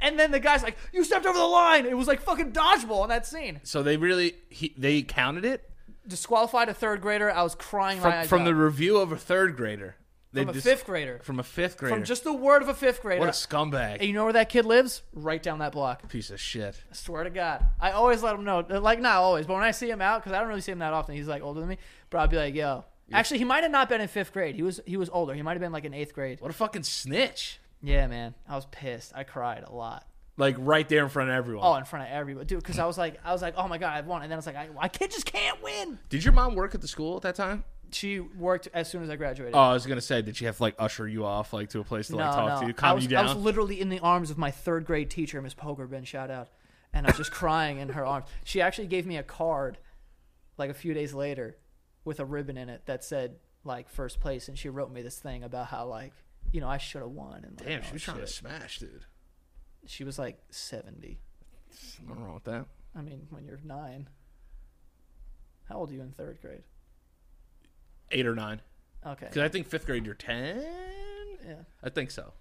And then the guy's like, "You stepped over the line." It was like fucking dodgeball in that scene.
So they really he, they counted it
Disqualified a third grader. I was crying my
from,
eyes
from
out.
the review of a third grader. They
from a
dis-
fifth grader,
From a fifth grader.
from just the word of a fifth grader.
what a scumbag
and you know where that kid lives? Right down that block.
piece of shit.
I swear to God, I always let him know. Like not always, but when I see him out, because I don't really see him that often. He's like older than me, but I'll be like, "Yo." Actually, he might have not been in fifth grade. He was he was older. He might have been like in eighth grade.
What a fucking snitch!
Yeah, man, I was pissed. I cried a lot.
Like right there in front of everyone.
Oh, in front of everybody, dude. Because I was like, I was like, oh my god, I won. And then I was like, I, I can't, just can't win.
Did your mom work at the school at that time?
She worked as soon as I graduated.
Oh, I was gonna say, did she have to like usher you off like to a place to like talk to you, calm
I was,
you down?
I was literally in the arms of my third grade teacher, Miss Pogerbin, shout out. And I was just crying in her arms. She actually gave me a card like a few days later with a ribbon in it that said like first place and she wrote me this thing about how like, you know, I should have won and like,
Damn, she
all
was trying to
shit.
smash, dude.
she was like seventy.
Nothing wrong with that.
I mean, when you're nine. How old are you in third grade?
Eight or nine?
Okay.
Because I think fifth grade you're ten.
Yeah.
I think so.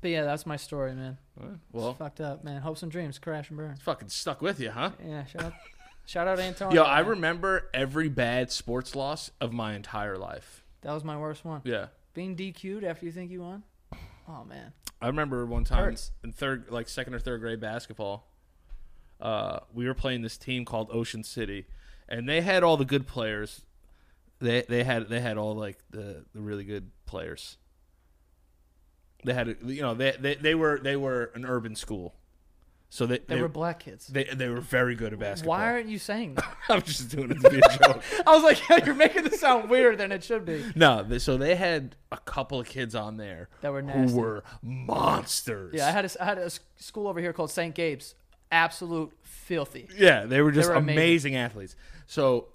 But yeah, that's my story, man.
Well,
Fucked up, man. Hopes and dreams, crash and burn.
fucking stuck with you, huh?
Yeah, shout out shout out Antonio.
Yo, I
man.
remember every bad sports loss of my entire life.
that was my worst one.
Yeah.
Being DQ'd after you think you won? Oh man.
I remember one time
Hurts.
in third, like second or third grade basketball, uh, we were playing this team called Ocean City, and they had all the good players. They they had they had all like the, the really good players. They had you know they, they they were they were an urban school, so they
They, were black kids.
they, they were very good at basketball.
Why aren't you saying that?
I'm just doing it to be a joke.
I was like, yeah, you're making this sound weirder than it should be.
No, they, so they had a couple of kids on there
That were
who
nasty.
were monsters.
Yeah, I had a, I had a s- school over here called St. Gabe's. Absolute filthy.
Yeah, they were just
were amazing.
amazing. athletes. So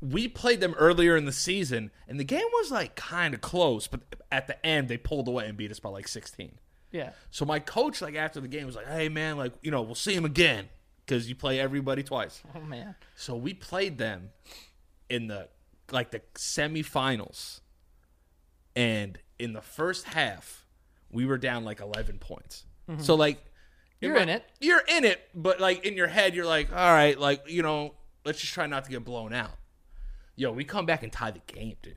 we played them earlier in the season, and the game was like kind of close, but at the end they pulled away and beat us by like 16.
Yeah.
So my coach, like after the game, was like, "Hey man, like you know, we'll see him again because you play everybody twice."
Oh man.
So we played them in the like the semifinals, and in the first half, we were down like eleven points. So like,
Mm-hmm. You're
my-
in it.
You're in it, but like in your head, you're like, all right, like you know, let's just try not to get blown out. Yo, we come back and tie the game, dude.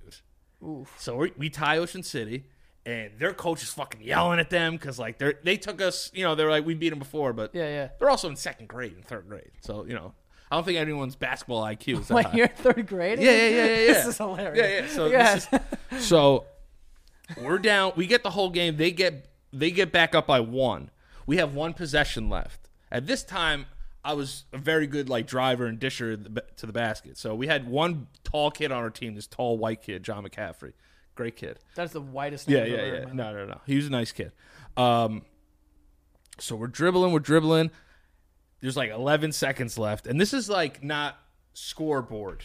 Oof.
So we, we tie Ocean City, and their coach is fucking yelling at them because like they are they took us, you know, they're like we beat them before, but
Yeah, yeah.
they're also in second grade and third grade. So you know, I don't think anyone's basketball IQ is that
Wait,
high.
you're in third grade?
Yeah, yeah, yeah, yeah, yeah.
This is hilarious.
Yeah, yeah. So
Yes.
this is, so we're down. We get the whole game. They get they get back up by one. We have one possession left. At this time, I was a very good like driver and disher the- to the basket. So we had one tall kid on our team. This tall white kid, John McCaffrey, great kid.
That's the whitest name I've
Yeah,
ever heard
yeah, yeah.
in my life.
No, no, no. He was a nice kid. Um, so we're dribbling, we're dribbling. There's like 11 seconds left, and this is like not scoreboard.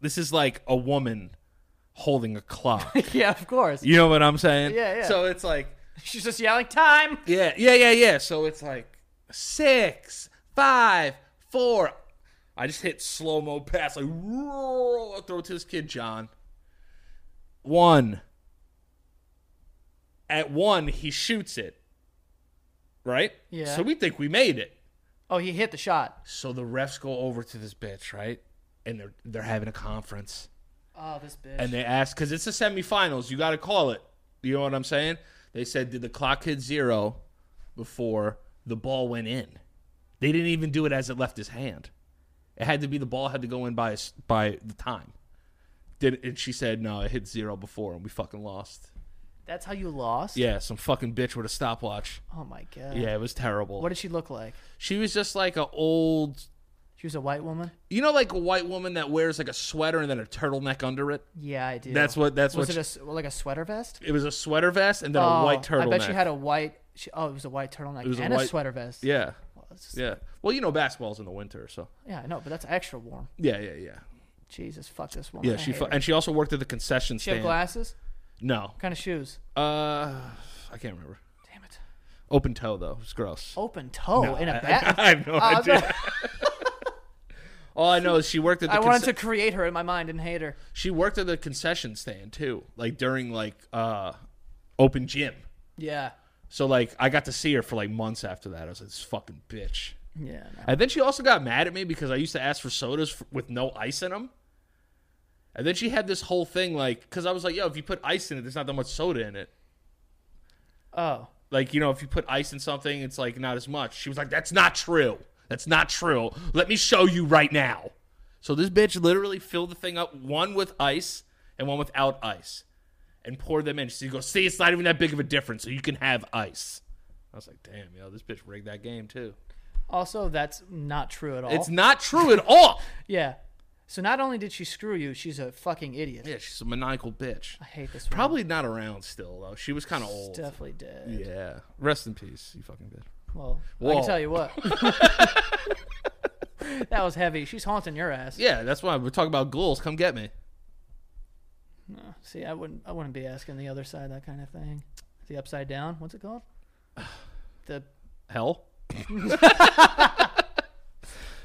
This is like a woman holding a clock.
Yeah, of course.
you know what I'm saying?
Yeah, yeah.
So it's like
She's just yelling, time!
yeah, yeah, yeah, yeah. So it's like six, five, four. I just hit slow mo pass, like roar, throw it to this kid, John. One. At one, he shoots it. Right?
Yeah.
So we think we made it.
Oh, he hit the shot.
So the refs go over to this bitch, right? And they're they're having a conference
Oh, this bitch.
and they asked because it's the semifinals. You got to call it. You know what I'm saying? They said, did the clock hit zero before the ball went in? They didn't even do it as it left his hand. It had to be the ball had to go in by s- by the time. Did and she said no, it hit zero before, and we fucking lost.
That's how you lost?
Yeah, some fucking bitch with a stopwatch.
Oh my god.
Yeah, it was terrible.
What did she look like?
She was just like a old,
She was a white woman?
you know, like a white woman that wears like a sweater and then a turtleneck under it.
Yeah, I do.
That's what. That's
was
what.
it a s like a sweater vest?
she- it was a sweater vest and then a
Oh,
white turtleneck.
I bet she had a white. She, oh, it was a white turtleneck
was a
and a,
white-
sweater vest.
Yeah.
Well, it's just-
Yeah. Well, you know, basketball's in the winter, so.
yeah, I know, but that's extra warm.
Yeah, yeah, yeah.
Jesus, fuck this woman.
Yeah,
I
she
hate
fu-
her.
and she also worked at the concession
She
stand.
have glasses.
No.
What kind of shoes?
Uh, I can't remember.
Damn it.
Open toe though. It's gross.
Open toe in
I-
a bat.
I, have no
Oh, I was
idea.
gonna-
All I know is she worked at the
I wanted
conce-
to create her in my mind and hate her.
she worked at the concession stand too, like during like uh open gym.
Yeah.
So like I got to see her for like months after that. I was like this fucking bitch.
Yeah. no.
And then she also got mad at me because I used to ask for sodas f with no ice in them. And then she had this whole thing like because I was like, yo, if you put ice in it, there's not that much soda in it.
Oh.
Like, you know, if you put ice in something, it's like not as much. She was like, that's not true. That's not true. Let me show you right now. So this bitch literally filled the thing up, one with ice and one without ice, and poured them in. She goes, see, it's not even that big of a difference, so you can have ice. I was like, damn, yo, this bitch rigged that game too.
Also, that's not true at all.
It's not true at all.
yeah. So not only did she screw you, she's a fucking idiot.
Yeah, she's a maniacal bitch.
I hate this. woman.
Probably not around still, though. She was kind of old.
Definitely did.
Yeah. Rest in peace, you fucking bitch.
Well, I
Whoa.
can tell you what. that was heavy. She's haunting your ass.
Yeah, that's why we're talking about ghouls. Come get me.
See, I wouldn't. I wouldn't be asking the other side that kind of thing. The upside down. What's it called? The
hell.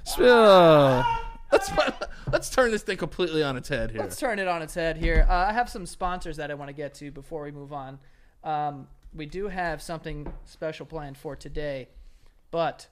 so, let's let's turn this thing completely on its head here.
Let's turn it on its head here. Uh, I have some sponsors that I want to get to before we move on. Um, we do have something special planned for today, but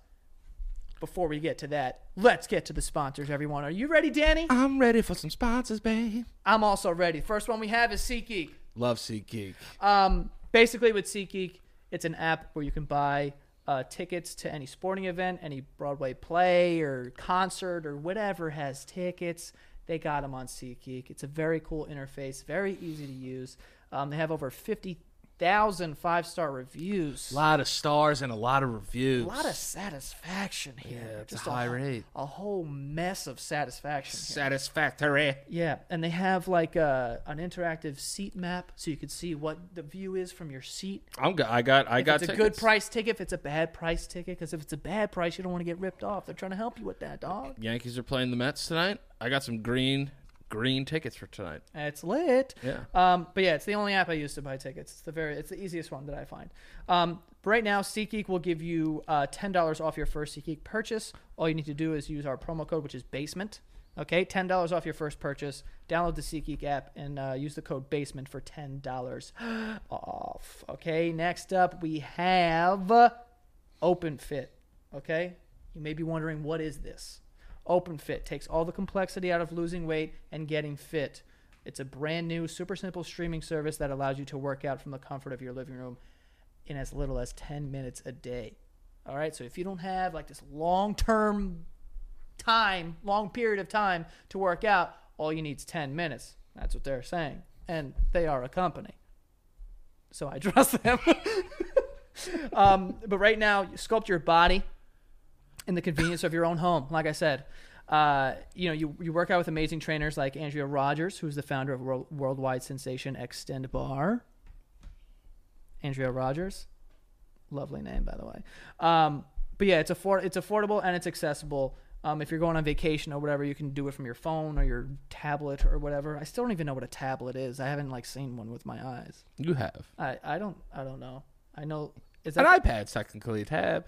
before we get to that, let's get to the sponsors, everyone. Are you ready, Danny?
I'm ready for some sponsors, babe.
I'm also ready. First one we have is SeatGeek.
Love SeatGeek.
Um, basically, with SeatGeek, it's an app where you can buy uh, tickets to any sporting event, any Broadway play or concert or whatever has tickets. They got them on SeatGeek. It's a very cool interface, very easy to use. Um, they have over 50,000 five star reviews.
A lot of stars and a lot of reviews.
A lot of satisfaction here.
Yeah, it's a high
whole-
rate.
A whole mess of satisfaction. here.
satisfactory.
Yeah, and they have like uh, an interactive seat map, so you can see what the view is from your seat.
I'm go- I got I
If
got
it's a good
tickets.
price ticket, if it's a bad price ticket, because if it's a bad price, you don't want to get ripped off. They're trying to help you with that, dog.
Yankees are playing the Mets tonight. I got some green green tickets for tonight.
It's lit.
Yeah.
Um, but yeah, it's the only app I use to buy tickets. It's the very, it's the easiest one that I find. Um, right now, SeatGeek will give you uh, ten dollars off your first SeatGeek purchase. All you need to do is use our promo code, which is Basement. Okay, ten dollars off your first purchase. Download the SeatGeek app and uh, use the code Basement for ten dollars off. Okay. Next up, we have OpenFit. Okay. You may be wondering what is this? OpenFit takes all the complexity out of losing weight and getting fit. It's a brand new, super simple streaming service that allows you to work out from the comfort of your living room in as little as 10 minutes a day. All right, so if you don't have like this long term time, long period of time to work out, all you need is 10 minutes. That's what they're saying. And they are a company. So I trust them. um, but right now, you sculpt your body in the convenience of your own home. Like I said, uh, you know, you, you work out with amazing trainers like Andrea Rogers, who's the founder of world, worldwide sensation Extend Bar. Andrea Rogers, lovely name by the way. Um, but yeah, it's afford it's affordable and it's accessible. Um, if you're going on vacation or whatever, you can do it from your phone or your tablet or whatever. I still don't even know what a tablet is. I haven't like seen one with my eyes.
You have
I, I don't I don't know. I know is
an
that
iPad's technically a tab.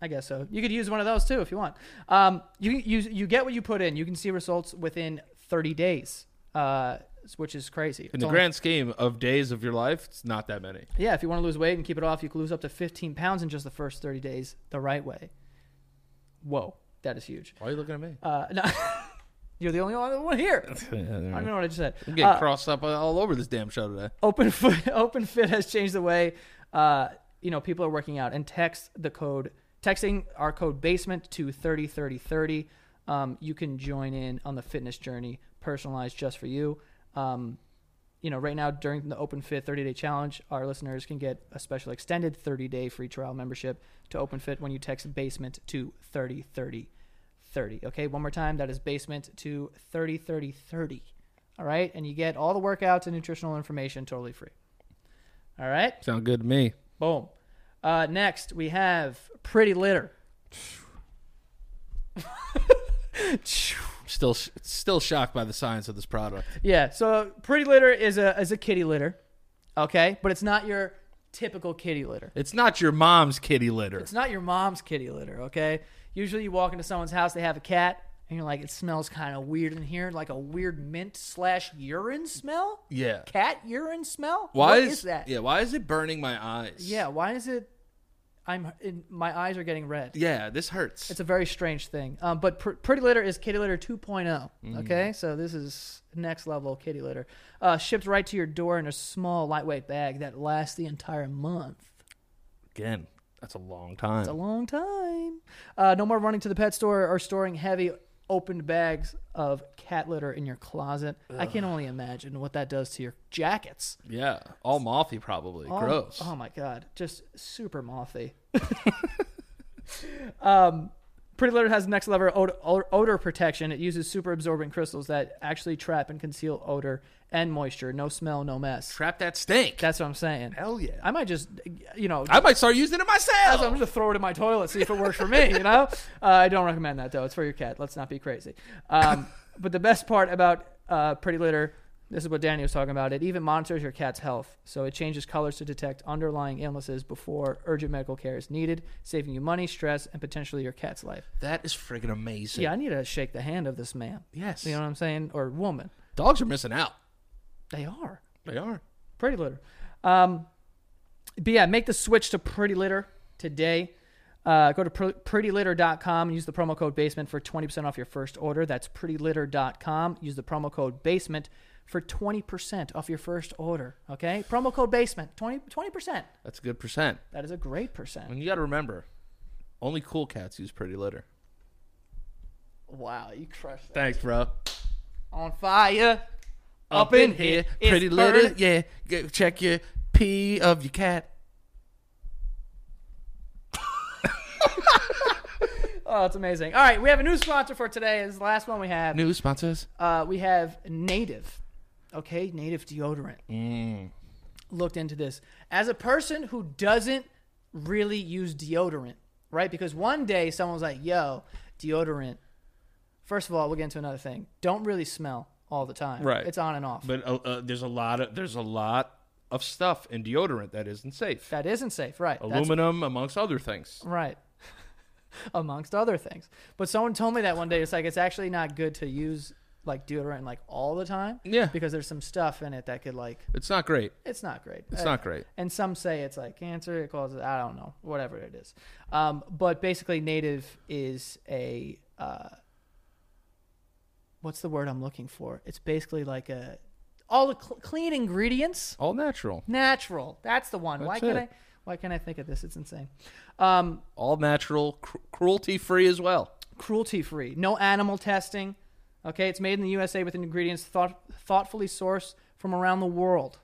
I guess so. You could use one of those too if you want. Um, you you you get what you put in. You can see results within 30 days, uh, which is crazy.
In
It's
the
only-
grand scheme of days of your life, it's not that many.
yeah, if you want to lose weight and keep it off, you can lose up to 15 pounds in just the first 30 days the right way. Whoa, that is huge.
Why are you looking at me?
Uh, no, you're the only one here. I don't know what I just said. Uh,
I'm Uh, getting crossed up all over this damn show today.
open fit, open fit has changed the way uh, you know people are working out and text the code texting our code basement to 303030 um, you can join in on the fitness journey personalized just for you um, you know right now during the open fit 30 day challenge our listeners can get a special extended 30 day free trial membership to open fit when you text basement to 303030 okay one more time that is basement to 303030 all right and you get all the workouts and nutritional information totally free all right
Sound good to me.
Boom. Uh, next, we have Pretty Litter.
Still, sh- still shocked by the science of this product.
Yeah, so Pretty Litter is a is a kitty litter, okay, but it's not your typical kitty litter.
It's not your mom's kitty litter.
It's not your mom's kitty litter, okay? Usually you walk into someone's house, they have a cat, and you're like, it smells kind of weird in here, like a weird mint slash urine smell?
yeah.
Cat urine smell?
Why
What
is
that?
Yeah. Why is it burning my eyes?
Yeah, why is it? I'm in, my eyes are getting red.
Yeah. This hurts.
It's a very strange thing. Um, but pr- Pretty Litter is Kitty Litter 2.0. Okay, so this is next level Kitty Litter. Uh, shipped right to your door in a small, lightweight bag that lasts the entire month.
Again, that's a long time.
It's a long time. Uh, no more running to the pet store or storing heavy opened bags of cat litter in your closet. I can only imagine what that does to your jackets.
yeah. All mothy probably.
Oh,
Gross.
Oh my god, just super mothy. um, Pretty Litter has next level od- od- odor protection. It uses super absorbent crystals that actually trap and conceal odor and moisture. No smell, no mess.
Trap that stink.
That's what I'm saying.
Hell yeah.
I might just, you know,
I might start using it myself.
so I'm just throw it in my toilet, see if it works for me. You know, uh, I don't recommend that though. It's for your cat. Let's not be crazy. Um, but the best part about uh, Pretty Litter, this is what Danny was talking about. It even monitors your cat's health, so it changes colors to detect underlying illnesses before urgent medical care is needed, saving you money, stress, and potentially your cat's life.
that is friggin' amazing.
Yeah, I need to shake the hand of this man.
Yes.
You know what I'm saying, or woman?
Dogs are missing out.
They are.
They are.
Pretty Litter. Um, but yeah, make the switch to Pretty Litter today. Uh, go to pr- prettylitter.com and use the promo code basement for 20% off your first order. That's prettylitter.com. Use the promo code basement for 20% off your first order. Okay? Promo code basement, 20, 20%.
That's a good percent.
That is a great percent.
And you got to remember, only cool cats use pretty litter.
Wow, you crushed that.
Thanks, bro.
On fire. Up in here, it's
pretty litter.
burning.
Yeah, Go check your pee of your cat.
Oh, it's amazing. All right, we have a new sponsor for today. It's the last one we have.
New sponsors.
Uh, we have native, okay, native deodorant.
Mm.
Looked into this as a person who doesn't really use deodorant, right? Because one day someone was like, "Yo, deodorant." First of all, we'll get into another thing. Don't really smell all the time.
Right.
It's on and off.
But uh, uh, there's a lot of there's a lot of stuff in deodorant that isn't safe.
that isn't safe, right? That's-
Aluminum, amongst other things.
right. Amongst other things. But someone told me that one day. It's like it's actually not good to use like deodorant like all the time.
Yeah.
Because there's some stuff in it that could like
It's not great.
it's not great. Uh,
It's not great.
And some say it's like cancer. It causes I don't know whatever it is. Um, but basically, native is a uh, what's the word I'm looking for? It's basically like a all the cl- clean ingredients,
All natural.
natural. That's the one. why
That's
can't
it.
I? Why can't I think of this? It's insane. Um,
All natural, cr- cruelty free as well.
cruelty free, no animal testing. Okay, it's made in the USA with ingredients thought, thoughtfully sourced from around the world.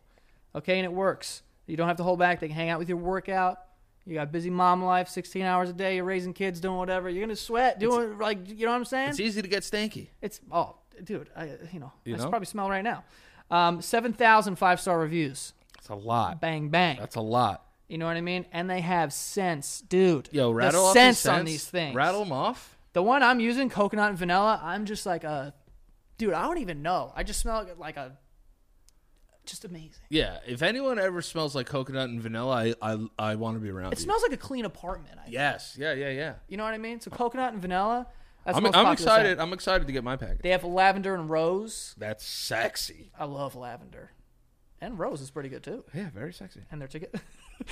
Okay, and it works. You don't have to hold back. They can hang out with your workout. You got busy mom life, 16 hours a day. You're raising kids, doing whatever. You're gonna sweat, doing like you know what I'm saying.
It's e- easy to get stanky.
It's oh, dude, I you know I
know?
probably smell right now. Um, 7,000 five star reviews.
It's a lot.
Bang bang.
That's a lot.
you know what I mean? And they have scents, dude.
Yo, rattle
the
off
scents
these
on these things.
Rattle them off.
The one I'm using, coconut and vanilla, I'm just like a dude, I don't even know. I just smell like a just amazing.
Yeah. If anyone ever smells like coconut and vanilla, I I, I want to be around
It
you.
smells like a clean apartment. I,
yes. Yeah. Yeah. Yeah.
You know what I mean? So coconut and vanilla. That's
I'm,
the most
I'm
popular scent.
excited. I'm excited to get my package.
They have lavender and rose.
That's sexy.
I love lavender. And rose is pretty good too.
Yeah. Very sexy.
And they're together.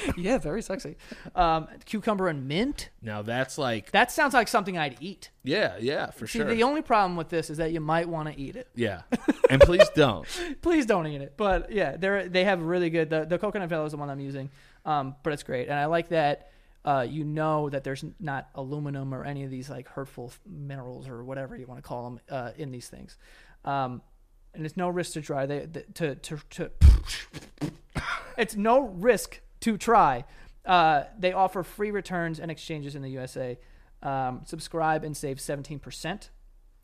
yeah, very sexy. Um, cucumber and mint.
Now that's like.
That sounds like something I'd eat.
Yeah. Yeah. For
See,
sure.
the only problem with this is that you might want to eat it.
yeah. and please don't.
please don't eat it. But yeah, they they have really good. The, the coconut vanilla is the one I'm using, um, but it's great, and I like that. Uh, you know that there's not aluminum or any of these like hurtful minerals or whatever you want to call them uh, in these things, um, and it's no risk to try. They, they to to to. it's no risk to try. Uh, they offer free returns and exchanges in the USA. Um, subscribe and save 17%.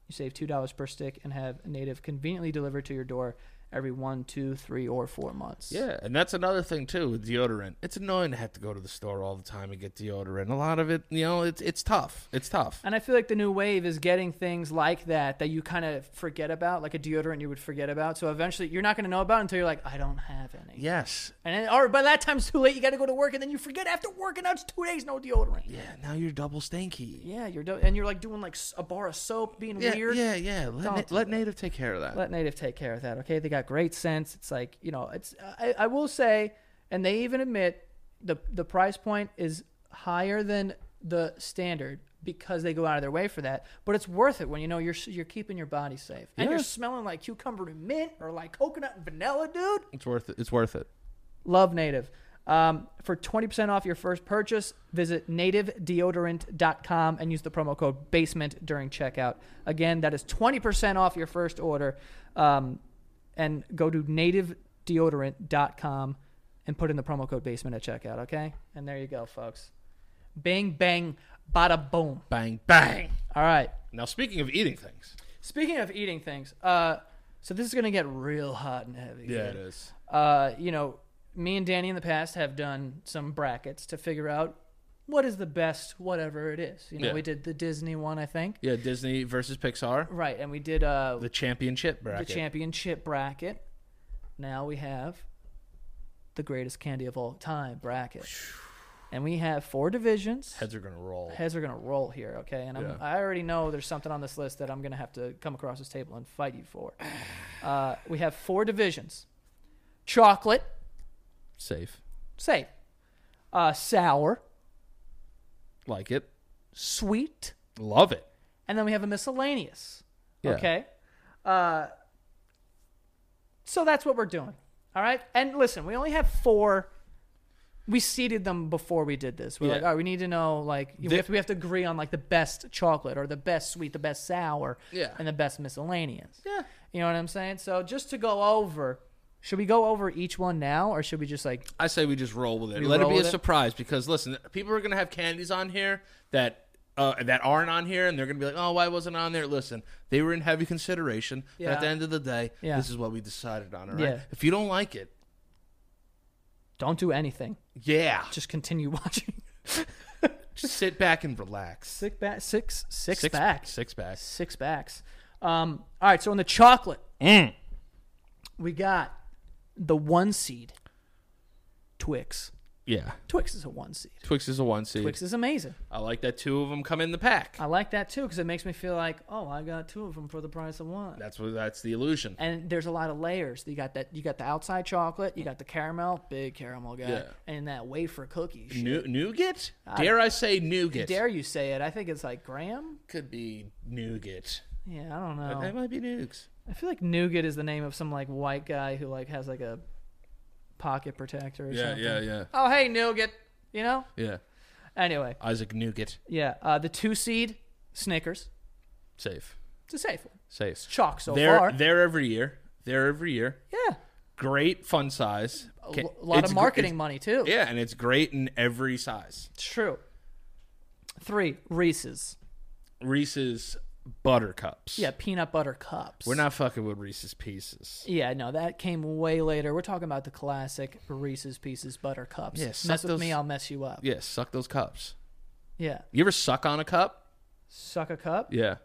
You save $2 per stick and have native conveniently delivered to your door every one, two, three, or four months.
Yeah, and that's another thing too with deodorant. It's annoying to have to go to the store all the time and get deodorant. A lot of it, you know, it's it's tough. It's tough.
And I feel like the new wave is getting things like that that you kind of forget about, like a deodorant you would forget about. So eventually, you're not going to know about it until you're like, I don't have any.
Yes.
And then, or by that time, it's too late. You got to go to work, and then you forget after work, and now it's two days no deodorant. Yeah,
Yeah. Now you're double stinky.
you're do- and you're like doing like s- a bar of soap, being
Yeah.
weird.
Yeah. Yeah. Let,
Don't
na-
do
let native take care of that.
Let Native take care of that, okay? They got great sense. It's like you know, it's I, I will say, and they even admit the the price point is higher than the standard because they go out of their way for that. But it's worth it when you know you're you're keeping your body safe and you're
Yeah.
smelling like cucumber and mint or like coconut and vanilla, dude.
it's worth it. It's worth it.
Love Native. Um, for 20% off your first purchase, visit nativedeodorant.com and use the promo code BASEMENT during checkout. Again, that is 20% off your first order. Um, and go to nativedeodorant.com and put in the promo code BASEMENT at checkout, okay? And there you go, folks. Bang, bang, bada boom.
Bang bang.
All right.
Now speaking of eating things.
Speaking of eating things, uh, so this is going to get real hot and heavy. dude
is.
uh, you know, me and Danny in the past have done some brackets to figure out what is the best, whatever it is. You know,
Yeah.
we did the Disney one, I think.
Yeah. Disney versus Pixar.
Right, and we did uh,
The championship
the
bracket.
championship bracket. Now we have the greatest candy of all time bracket, and we have four divisions.
Heads are gonna roll.
Heads are gonna roll here, okay? And I'm,
Yeah.
I already know there's something on this list that I'm gonna have to come across this table and fight you for. Uh, we have four divisions: chocolate,
Safe.
Safe. Uh, sour,
Like it.
sweet,
Love it.
and then we have a miscellaneous.
Yeah.
Okay. Uh, so that's what we're doing. All right. And listen, we only have four. We seeded them before we did this. We're
Yeah.
like, all right, we need to know, like, we
The-
have, to, we have to agree on, like, the best chocolate or the best sweet, the best sour,
Yeah.
and the best miscellaneous.
Yeah.
You know what I'm saying? So just to go over, should we go over each one now, or should we just, like,
I say we just roll with it.
We
Let it
roll
be a
with it?
surprise because listen, people are gonna have candies on here that uh, that aren't on here, and they're gonna be like, "Oh, why wasn't it on there?" Listen, they were in heavy consideration. But
Yeah.
at the end of the day,
Yeah.
this is what we decided on. All right.
Yeah.
If you don't like it,
don't do anything?
yeah,
Just continue watching.
just sit back and relax.
Six back, six, six,
Six
back,
Six back.
six backs. Um, all right, so in the chocolate,
Mm.
we got the one seed, Twix.
Yeah.
Twix is a one seed.
Twix is a one seed.
Twix is amazing.
I like that two of them come in the pack.
I like that too because it makes me feel like, oh, I got two of them for the price of one.
that's what. That's the illusion.
and there's a lot of layers. You got that. You got the outside chocolate. You got the caramel, big caramel guy,
Yeah.
and that wafer cookie. Shit.
Nu- nougat? Dare I say nougat?
Dare you say it? I think it's like graham.
Could be nougat.
Yeah, I don't know.
That might be nukes.
I feel like nougat is the name of some like white guy who like has like a pocket protector or something.
yeah,
Oh hey nougat, you know.
yeah.
Anyway,
Isaac Nougat.
yeah. Uh, the two seed Snickers.
Safe.
It's a safe one.
Safe.
Chalk so
they're
far.
they're every year. They're every year.
yeah.
Great fun size.
A
Ca-
lo- lot
it's
of
gr-
marketing
it's-
money too.
Yeah, and it's great in every size.
It's true. Three Reese's.
Reese's buttercups.
Yeah, peanut butter cups.
We're not fucking with Reese's pieces.
Yeah, no, that came way later. We're talking about the classic Reese's Pieces butter cups.
Yeah, suck
mess with
those-
me, I'll mess you up.
Yeah, suck those cups.
Yeah,
You ever suck on a cup?
suck a cup.
Yeah.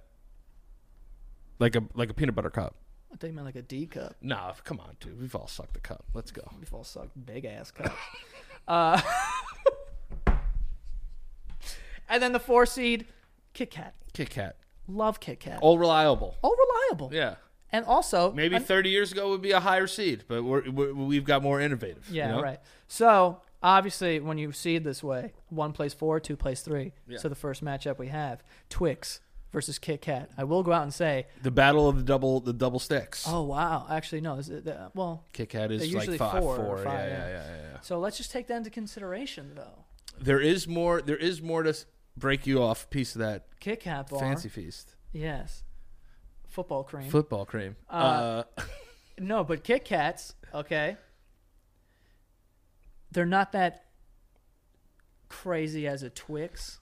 Like a like a peanut butter cup.
I think you meant like a D cup.
Nah, come on, dude. We've all sucked a cup. Let's go.
We've all sucked big ass cups. uh, and then the four seed, Kit Kat.
Kit Kat.
Love Kit Kat. All,
All reliable.
reliable.
Oh. Yeah.
And also,
Maybe
an-
30 years ago would be a higher seed, but we're, we're, we've got more innovative. you
yeah,
know?
right. So obviously, when you seed this way, one plays four, two plays three.
Yeah.
So the first matchup we have, Twix versus Kit Kat. I will go out and say,
The battle of the double the double sticks.
oh wow, actually no, is it, the, well.
Kit Kat
They're
is
usually
like five
four
four.
or five,
yeah, yeah,
yeah.
yeah, yeah, yeah.
So let's just take that into consideration, though.
There is more. There is more to s- break you off a piece of that
Kit Kat bar,
fancy feast
yes, football cream.
football cream. Uh,
No, but Kit Kats, okay. They're not that crazy as a Twix.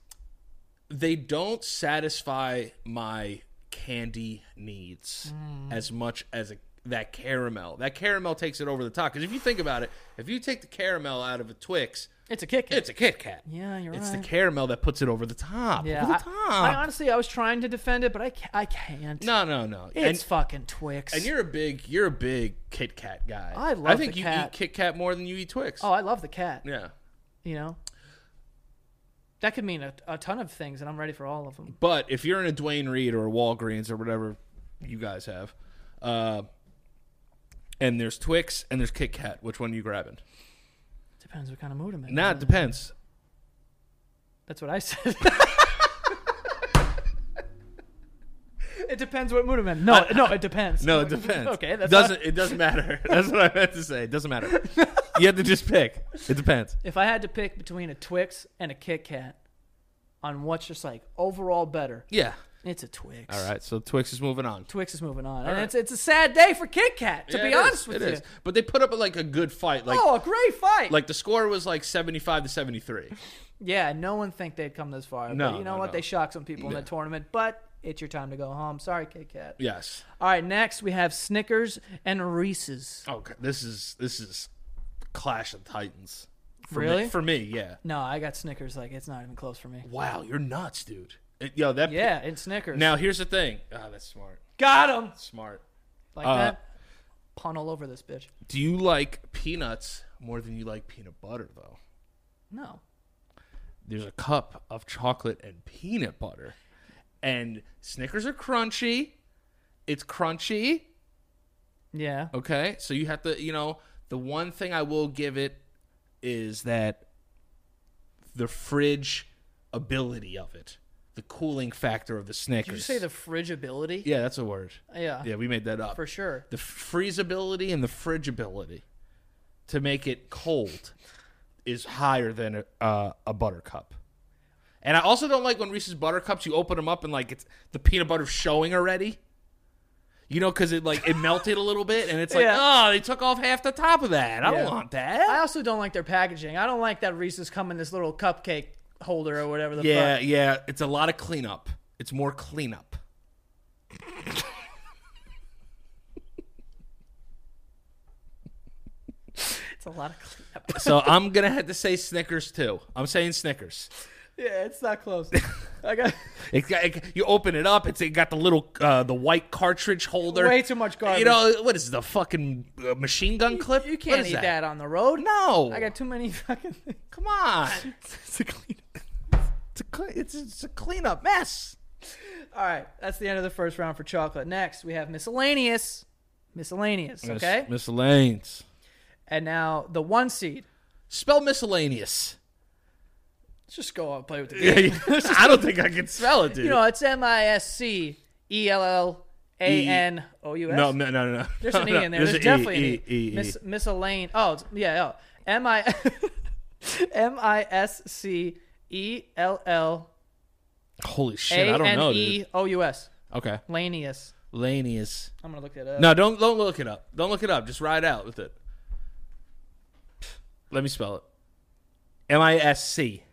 they don't
Hmm.
satisfy my candy needs as much as a that caramel. That caramel takes it over the top. Because if you think about it, if you take the caramel out of a Twix,
It's a Kit Kat.
it's a Kit Kat.
Yeah, you're
it's
right.
the caramel that puts it over the top.
yeah,
Over the
I-
top.
I, honestly I was trying to defend it, but I ca- I can't.
no, no, no.
it's
and,
fucking Twix.
and you're a big you're a big Kit Kat guy.
I love
I think
the
you
cat.
eat Kit Kat more than you eat Twix.
oh, I love the cat.
Yeah.
You know, that could mean a, a ton of things, and I'm ready for all of them.
But if you're in a Dwayne Reed or a Walgreens or whatever you guys have, uh, and there's Twix and there's Kit Kat, which one are you grabbing?
Depends what kind of mood I'm in.
Nah, it depends.
That's what I said. it depends what mood I'm in. No, no, it depends.
No, it depends.
Okay, that's
doesn't
not-
it doesn't matter. That's what I meant to say. It doesn't matter. you have to just pick. It depends.
If I had to pick between a Twix and a Kit Kat, on what's just like overall better,
Yeah.
it's a Twix.
All right. So Twix is moving on.
Twix is moving on, and
right.
it's it's a sad day for Kit Kat. To
Yeah, it
be
is.
honest with
It
you,
is. But they put up like a good fight. Like
oh, a great fight.
like the score was like 75 to 73.
yeah, no one think they'd come this far.
No,
but you know
no,
what?
no.
They shocked some people in
Yeah.
the tournament, but it's your time to go home. Sorry, Kit Kat.
Yes.
All right, next we have Snickers and Reese's.
Okay. This is this is Clash of Titans. For
Really?
Me, for me, yeah.
No, I got Snickers. Like it's not even close for me.
Wow, you're nuts, dude. It- yo, that
Yeah, and Snickers.
Now here's the thing. Ah, that's smart.
got him
Smart.
like
Uh,
that. Pun all over this bitch.
Do you like peanuts more than you like peanut butter though?
No,
there's a cup of chocolate and peanut butter. And Snickers are crunchy. It's crunchy.
yeah,
Okay. So you have to, you know, the one thing I will give it is that the fridge ability of it, the cooling factor of the Snickers.
Did you say the uh, fridgeability?
Yeah, that's a word.
Yeah,
Yeah, we made that up.
for sure.
The freezeability and the fridgeability to make it cold is higher than a, uh, a buttercup. And I also don't like when Reese's buttercups. You open them up and like it's the peanut butter's showing already. You know, because it like it melted a little bit, and it's like,
Yeah.
oh, they took off half the top of that. I
Yeah.
don't want that.
I also don't like their packaging. I don't like that Reese's come in this little cupcake holder or whatever the
yeah,
fuck.
yeah. It's a lot of cleanup. It's more cleanup.
It's a lot of cleanup.
So I'm gonna have to say Snickers too. I'm saying Snickers.
yeah, it's not close. I got
It's got, it, you open it up. It's it got the little uh, the white cartridge holder.
Way too much garbage.
You know what is the fucking uh, machine gun clip?
you
What
can't
is
eat that? on the road.
No,
I got too many fucking. Things.
Come on,
It's a cleanup.
it's a cle- it's, it's a cleanup mess.
All right, that's the end of the first round for chocolate. Next, we have miscellaneous. Miscellaneous, okay?
miscellaneous.
and now the one seed.
Spell miscellaneous.
Let's just go out and play with the game.
I don't think I can spell it, dude.
You know, it's M I S C E L L A N O U S.
no, no, no, no.
There's an E
No,
in there. There's,
an E,
definitely
E,
an E.
E, E.
Mis- miscellane. Oh, it's, yeah. Oh. M I M I S C E L L
Holy shit! I
A
don't
N
know,
E
dude.
O U S.
Okay,
Lanius.
lanius.
I'm gonna look that up.
No, don't don't look it up. Don't look it up. Just ride out with it. Let me spell it. M I S C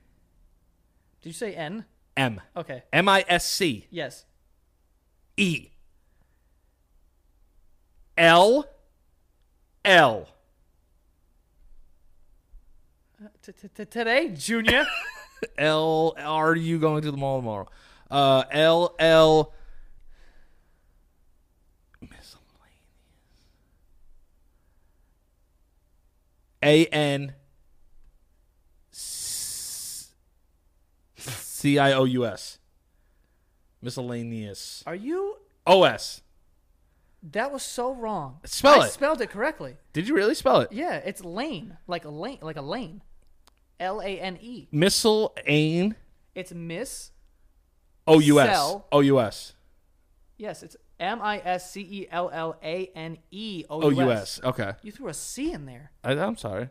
Did you say N?
M
Okay.
M I S C
Yes.
E L L.
Uh, T- t- t- Today, Junior.
L are you going to the mall tomorrow? Uh L L miscellaneous. A N S- C I O U S miscellaneous
Are you?
O S.
That was so wrong.
Spell
I
it.
Spelled it correctly.
Did you really spell it?
Yeah, it's lane, like a lane, like a lane. L A N E.
Miscellane
It's Miss.
O U S
Cell.
O U S
Yes, it's M I S C E L L A N E O
O
U
U
S.
S. Okay,
You threw a C in there,
I, I'm sorry.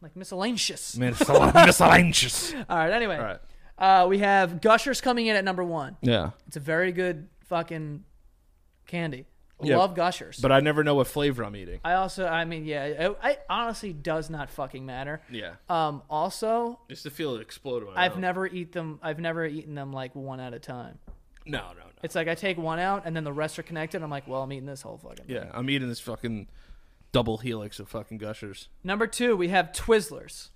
like miscellaneous.
Miscell- Miscellaneous.
All right. Anyway,
All right.
Uh, we have Gushers coming in at number one.
Yeah.
It's a very good fucking candy.
Yeah,
Love Gushers.
but I never know what flavor I'm eating.
I also, I mean, yeah, it, it honestly does not fucking matter.
Yeah,
Um, also,
just to feel it explode. in my
I've
mouth.
never eat them. I've never eaten them like one at a time.
No, no, no.
It's like I take one out and then the rest are connected. I'm like, well, I'm eating this whole fucking. thing.
Yeah, I'm eating this fucking double helix of fucking gushers.
Number two, we have Twizzlers.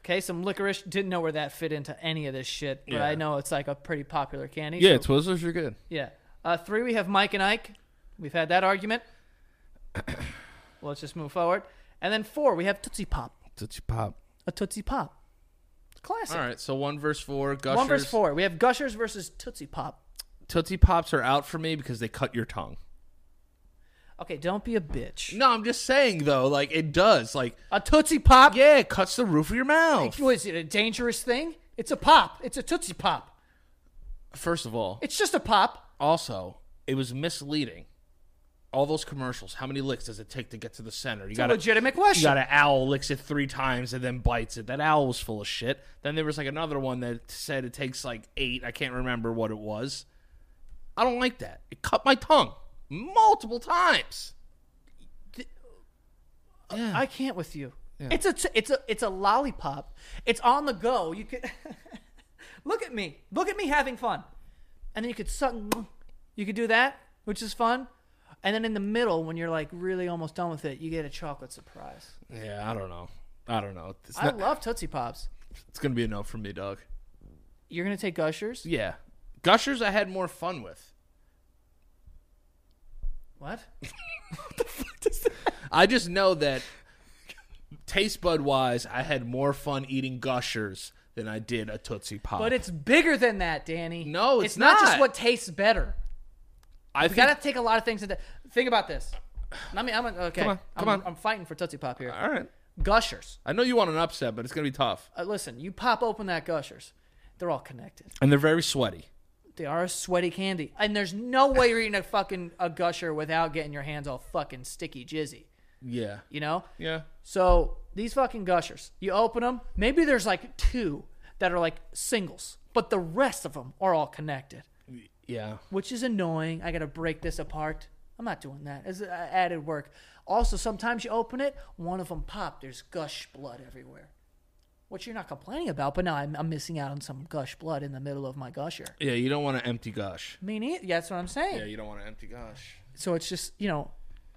Okay, some licorice. Didn't know where that fit into any of this shit, but
Yeah.
I know it's like a pretty popular candy.
Yeah,
so-
Twizzlers are good.
yeah. Uh, three, we have Mike and Ike. We've had that argument. well, let's just move forward. And then four, we have Tootsie Pop.
Tootsie Pop.
A Tootsie Pop. It's classic.
All right, so one verse four. Gushers.
One verse four. We have Gushers versus Tootsie Pop.
Tootsie Pops are out for me because they cut your tongue.
Okay, don't be a bitch.
No, I'm just saying though, like it does, like
A Tootsie Pop
yeah, it cuts the roof of your mouth.
was it a dangerous thing? It's a pop. It's a Tootsie Pop.
First of all,
It's just a pop.
also it was misleading. All those commercials. How many licks does it take to get to the center? You
It's
got
a legitimate
You
question.
got an owl licks it three times and then bites it. That owl was full of shit. Then there was like another one that said it takes like eight. I can't remember what it was. I don't like that. It cut my tongue multiple times.
I can't with you. It's a t- it's a it's a lollipop. It's on the go. You could look at me. Look at me having fun, and then you could suck. and You could do that, which is fun. And then in the middle, when you're like really almost done with it, you get a chocolate surprise.
Yeah, I don't know. I don't know. It's,
I
not,
love Tootsie Pops.
it's gonna be enough for me, dog.
You're gonna take Gushers?
Yeah, gushers. I had more fun with.
What?
I just know that taste bud wise, I had more fun eating gushers than I did a tootsie pop.
But it's bigger than that, Danny.
No, it's
not just
not.
what tastes better.
I
We
think,
gotta take a lot of things into. Think about this. Let me. I'm a- okay.
Come on, come
I'm,
on.
I'm fighting for Tootsie Pop here.
all right.
Gushers.
I know you want an upset, but it's gonna be tough.
Uh, listen, you pop open that Gushers, they're all connected.
and they're very sweaty.
They are a sweaty candy, and there's no way you're eating a fucking a Gusher without getting your hands all fucking sticky jizzy.
Yeah.
You know.
Yeah.
So these fucking Gushers, you open them. Maybe there's like two that are like singles, but the rest of them are all connected,
Yeah.
which is annoying. I gotta break this apart. I'm not doing that. It's uh, added work. Also, sometimes you open it, one of them pop. There's gush blood everywhere. Which you're not complaining about, but now I'm, I'm missing out on some gush blood in the middle of my gusher.
Yeah, you don't want an empty gush.
Me neither. Yeah, that's what I'm saying.
you don't want an empty gush.
So it's just you know,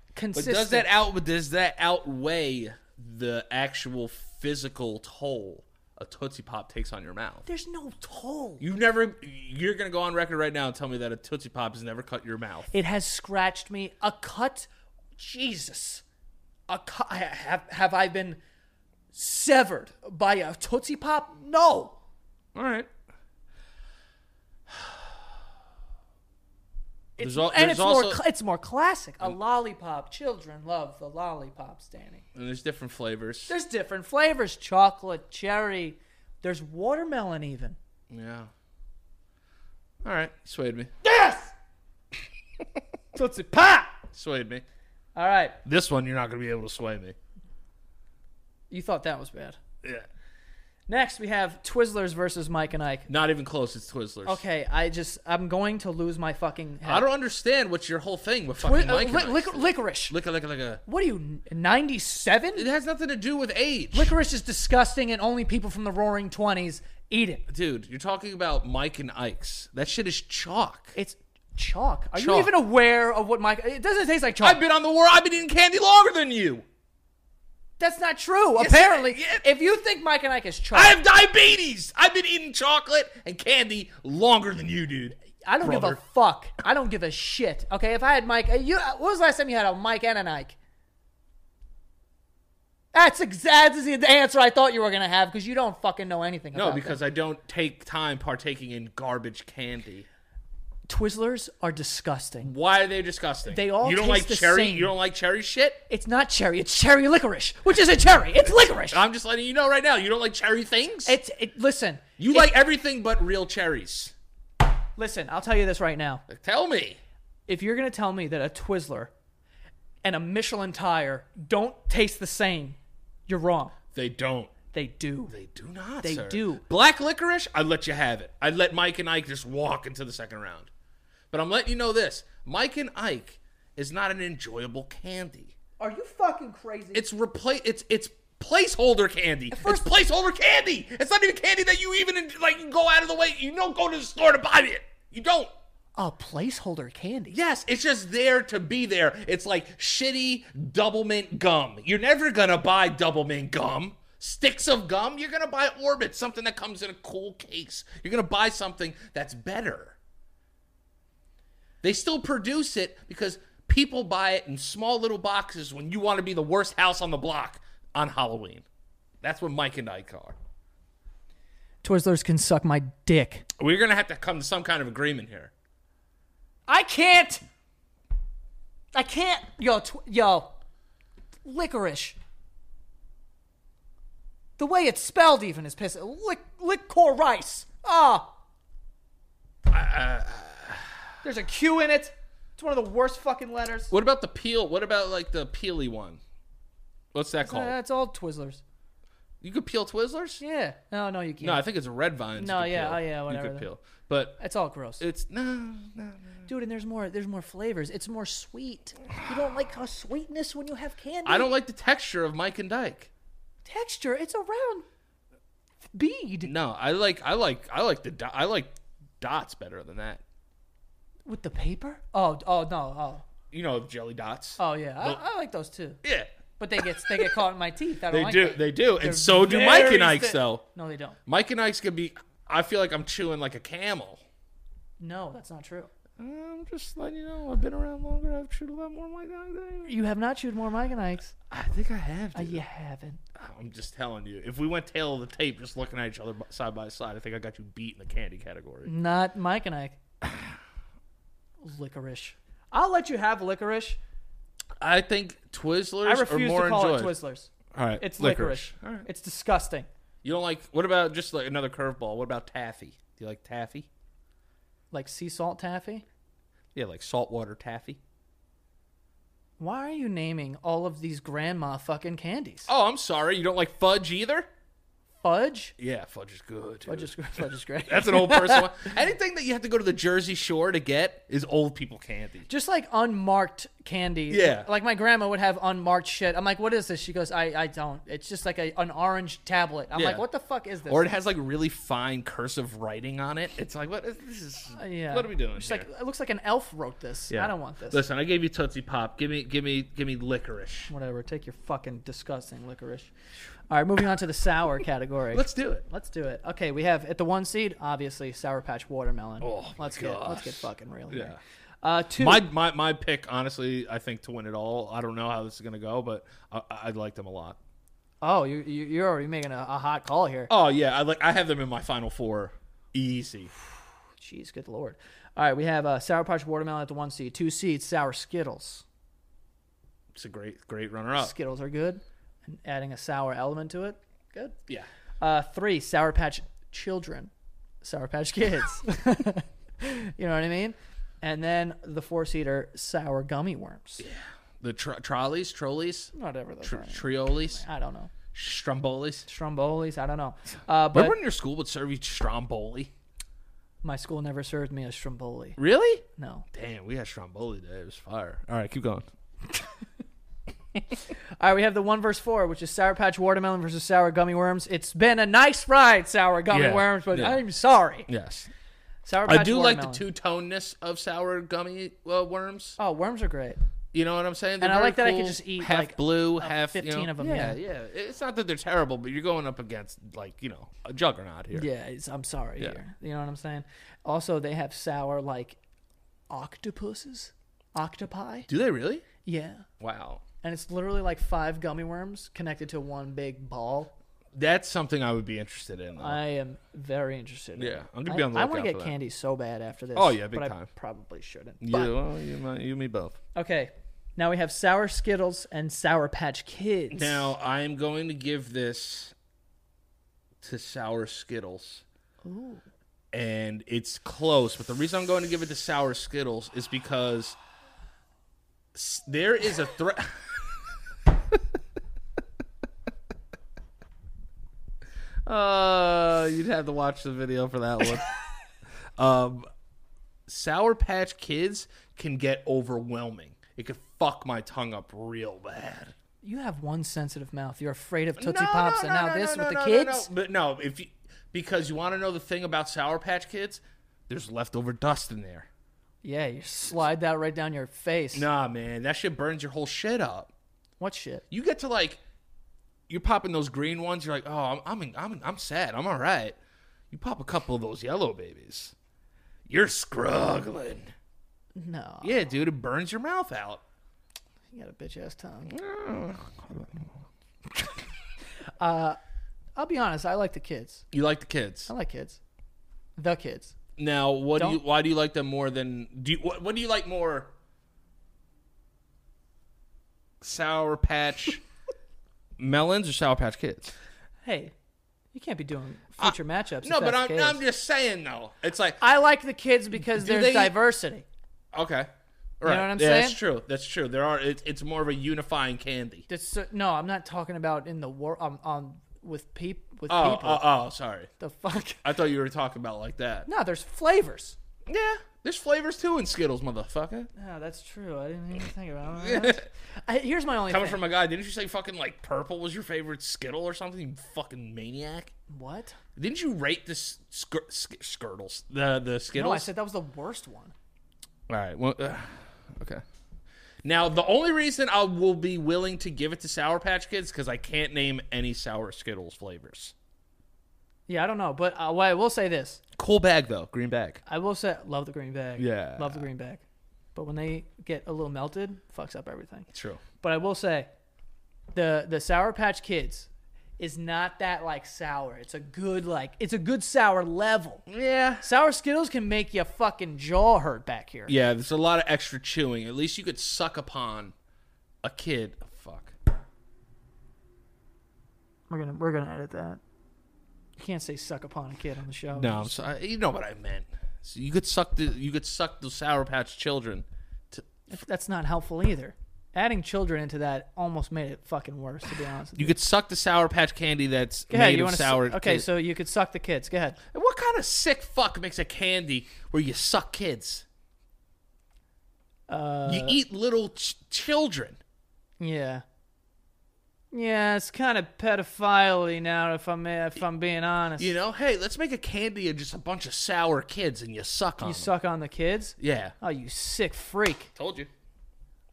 But
consistent.
does that out but does that outweigh the actual physical toll a Tootsie Pop takes on your mouth?
There's no toll.
You've never you're gonna go on record right now and tell me that a Tootsie Pop has never cut your mouth.
It has scratched me. A cut, Jesus. A cut. I- Have have I been severed by a tootsie pop? No.
All right.
It's,
There's al-
and
there's
it's more
also-
cl- it's more classic. A lollipop. Children love the lollipops, Danny.
And there's different flavors.
There's different flavors: chocolate, cherry. There's watermelon even.
Yeah. All right. Swayed me.
Yes. tootsie pop.
Swayed me.
All right.
This one you're not gonna be able to sway me.
You thought that was bad.
Yeah.
Next, we have Twizzlers versus Mike and Ike.
Not even close, it's Twizzlers.
Okay, I just I'm going to lose my fucking head.
I don't understand what's your whole thing with
Twi-
fucking
uh,
Mike.
li- lic- licorice.
Licka, licka, licka.
what are you 97?
It has nothing to do with age.
Licorice is disgusting and only people from the roaring 20s eat it.
Dude, you're talking about Mike and Ike's. That shit is chalk.
It's chalk. Are you
Chalk.
even aware of what Mike It doesn't taste like chalk.
I've been on the war. I've been eating candy longer than you.
That's not true. Apparently,
yeah.
if you think Mike and Ike is chalk,
I have diabetes. I've been eating chocolate and candy longer than you, dude.
I don't give
brother.
a fuck. I don't give a shit. Okay, if I had Mike, you. What was the last time you had a Mike and an Ike? That's exactly the answer I thought you were gonna have because you don't fucking know anything.
No,
about
because I don't take time partaking in garbage candy.
that. Twizzlers are disgusting.
Why are they disgusting?
They all
You don't
taste
like
the
cherry?
same.
You don't like cherry shit?
It's not cherry. It's cherry licorice, which isn't cherry. It's licorice.
I'm just letting you know right now. You don't like cherry things?
It's it, listen.
you
it-
like everything but real cherries.
listen. I'll tell you this right now.
Tell me.
If you're gonna tell me that a Twizzler and a Michelin tire don't taste the same, you're wrong.
They don't.
They do.
They do not.
They
sir.
do.
Black licorice, I'd let you have it. I'd let Mike and Ike just walk into the second round. But I'm letting you know this Mike and Ike is not an enjoyable candy.
Are you fucking crazy?
It's replace it's it's placeholder candy.
first-
it's placeholder candy. It's not even candy that you even like go out of the way. You don't go to the store to buy it. You don't.
a placeholder candy.
Yes, it's just there to be there. It's like shitty double mint gum. You're never gonna buy double mint gum. Sticks of gum, you're gonna buy Orbit, something that comes in a cool case. You're gonna buy something that's better. They still produce it because people buy it in small little boxes when you want to be the worst house on the block on Halloween. That's what Mike and Ike are.
Twizzlers can suck my dick.
We're gonna have to come to some kind of agreement here.
I can't. I can't. Yo, tw- yo, licorice. The way it's spelled even is pissing. Lick, licorice. Ah. uh, There's a Q in it. It's one of the worst fucking letters.
What about the peel? What about like the peely one? What's that
Uh,
called?
That's all Twizzlers.
you could peel Twizzlers.
Yeah. No, no, you can't.
No, I think it's red vines.
No,
you could
yeah,
peel.
oh, yeah,
You
whatever.
could peel, but
it's all gross,
it's no, no.
dude. And there's more. There's more flavors. It's more sweet. You don't like how sweetness when you have candy.
I don't like the texture of Mike and Dyke.
texture. It's a round bead.
No, I like, I like, I like the, do- I like dots better than that.
With the paper? Oh, oh no, oh,
You know, jelly dots.
oh yeah. I, I like those too,
yeah,
but they get they get caught in my teeth. I don't
they
like
do,
that.
they do,
They're
and so do Mike
very
and Ike's
thin-
though.
No, they don't.
Mike and Ike's gonna be. I feel like I'm chewing like a camel.
No, that's not true.
I'm just letting you know. I've been around longer. I've chewed a lot more Mike and Ike. than you.
You have not chewed more Mike and Ike's.
I think I have.
Uh,
dude.
you haven't.
I'm just telling you. If we went tail of the tape, just looking at each other bu- side by side, I think I got you beat in the candy category.
Not Mike and Ike. licorice. I'll let you have licorice.
I think Twizzlers
I
are
refuse
more
to call
enjoyed.
it Twizzlers.
All right,
It's licorice.
All right.
It's disgusting.
You don't like? What about just like another curveball? What about taffy? Do you like taffy?
Like sea salt taffy.
Yeah, like saltwater taffy.
Why are you naming all of these grandma fucking candies?
Oh, I'm sorry. You don't like fudge either?
Fudge.
Yeah, fudge is good. dude.
Fudge is, fudge is great.
That's an old person. one. Anything that you have to go to the Jersey Shore to get is old people candy.
just like unmarked candy.
Yeah.
Like my grandma would have unmarked shit. I'm like, what is this? She goes, I, I don't. It's just like a, an orange tablet. I'm
Yeah.
like, what the fuck is this?
Or it has like really fine cursive writing on it. It's like, what? This is.
Uh, yeah.
What are we doing?
She's
here?
like, it looks like an elf wrote this.
Yeah.
I don't want this.
Listen, I gave you Tootsie Pop. Give me, give me, give me licorice.
Whatever. Take your fucking disgusting licorice. All right, moving on to the sour category.
Let's do it.
Let's do it. Okay, we have at the one seed, obviously, Sour Patch Watermelon.
Oh, my
let's get let's
gosh.
get fucking real. here.
Yeah.
Uh, two.
My, my my pick, honestly, I think to win it all. I don't know how this is gonna go, but I, I like them a lot.
oh, you, you you're already making a, a hot call here.
Oh yeah, I like I have them in my final four. Easy.
Jeez, good lord. All right, we have uh, Sour Patch Watermelon at the one seed. Two seeds, Sour Skittles.
It's a great great runner up.
Skittles are good. And adding a sour element to it, good.
Yeah.
Uh, three, Sour Patch Children. Sour Patch Kids. you know what I mean? And then the four seater, Sour Gummy Worms.
The tro- trolleys, trolleys,
Whatever those
tr-
are.
triolis,
I don't know.
strombolis.
Strombolis, I don't know. Uh, but
Remember when your school would serve you stromboli?
my school never served me a stromboli.
Really?
No.
Damn, we had stromboli today. It was fire. All right, keep going.
All right, we have the one verse four, which is Sour Patch Watermelon versus Sour Gummy Worms. It's been a nice ride, Sour Gummy
Yeah,
Worms, but
yeah.
I'm sorry.
Yes.
Sour Patch
I do like the
Watermelon.
two toneness of sour gummy uh, worms.
Oh, worms are great.
You know what I'm saying?
And I
very
like that I could just eat,
half
like,
blue,
uh,
half
15
you know-
of 'em,
Yeah, yeah, It's not that they're terrible, but you're going up against like you know a juggernaut here.
Yeah, it's, I'm sorry. Here. You know what I'm saying? Also, they have sour like octopuses, octopi.
Do they really?
Yeah,
Wow,
and it's literally like five gummy worms connected to one big ball.
that's something I would be interested in. though.
I am very interested. in
Oh. Yeah,
it.
I'm gonna be on the
I, I
lookout
wanna get
for that.
candy so bad after this.
Oh, yeah, big
but I
time.
probably shouldn't.
you,
But-
well, you, might- you, me both.
okay, now we have sour Skittles and Sour Patch Kids.
Now I am going to give this to sour Skittles. And it's close, but the reason I'm going to give it to sour Skittles is because s- there is a threat. Uh, you'd have to watch the video for that one. um, Sour Patch Kids can get overwhelming. It could fuck my tongue up real bad.
you have one sensitive mouth. You're afraid of Tootsie
No,
Pops,
no,
and
no,
now
no,
this
no,
with
no,
the
no,
kids.
No, But no, if you, because you want to know the thing about Sour Patch Kids, there's leftover dust in there.
Yeah, you slide that right down your face.
Nah, man, that shit burns your whole shit up.
What shit?
You get to like, you're popping those green ones. You're like, oh, I'm I'm in- I'm, I'm sad. I'm all right. You pop a couple of those yellow babies. You're struggling.
No,
Yeah, dude, it burns your mouth out.
you got a bitch ass tongue. uh, I'll be honest. I like the kids.
You like the kids.
I like kids. The kids.
Now, what do you?
Don't-
Why do you like them more than? Do you, what? What do you like more? Sour Patch melons or Sour Patch Kids?
Hey, you can't be doing future matchups.
No,
if
but
that's
I'm,
the
no, I'm
case.
just saying though. It's like
I like the kids because there's
they-
diversity.
Ah, okay,
know what I'm
yeah, That's
saying?
true. That's true. There are. It's it's more of a unifying candy.
That's so- no, I'm not talking about in the war. On, on with peop with
Oh,
people.
oh, oh, sorry.
the fuck?
I thought you were talking about like that.
No, there's flavors.
Yeah, there's flavors too in Skittles, motherfucker.
Yeah, that's true. I didn't even think about that. I, here's my only
Coming
thing.
from a guy, didn't you say fucking like purple was your favorite Skittle or something? You fucking maniac.
what?
Didn't you rate the skir- sk- skirtles? The the skittles.
No, I said that was the worst one.
All right. Well, uh, okay. Now the only reason I will be willing to give it to Sour Patch Kids because I can't name any sour Skittles flavors.
Yeah, I don't know, but uh, well, I will say this.
Cool bag though, green bag.
I will say love the green bag.
Yeah.
love the green bag. But when they get a little melted, fucks up everything.
True.
But I will say, the the Sour Patch Kids is not that like sour. It's a good like it's a good sour level.
Yeah.
Sour Skittles can make your fucking jaw hurt back here.
Yeah. There's a lot of extra chewing. At least you could suck upon a kid. Oh, Fuck.
We're gonna we're gonna edit that. You can't say suck upon a kid on the show.
No, I'm sorry. You know what I meant. So you could suck the you could suck the Sour Patch children. To,
that's not helpful either. Adding children into that almost made it fucking worse. To be honest, with
you could suck the Sour Patch candy that's
Go ahead,
made
you
of
wanna su-
sour.
okay,
kid-
so you could suck the kids. Go ahead.
And What kind of sick fuck makes a candy where you suck kids? you
Uh,
eat little ch- children.
Yeah. Yeah, it's kind of pedophile now, if I'm if I'm being honest.
You know, hey, let's make a candy of just a bunch of sour kids and you suck on
you
them.
suck on the kids.
Yeah.
Oh, you sick freak.
Told you.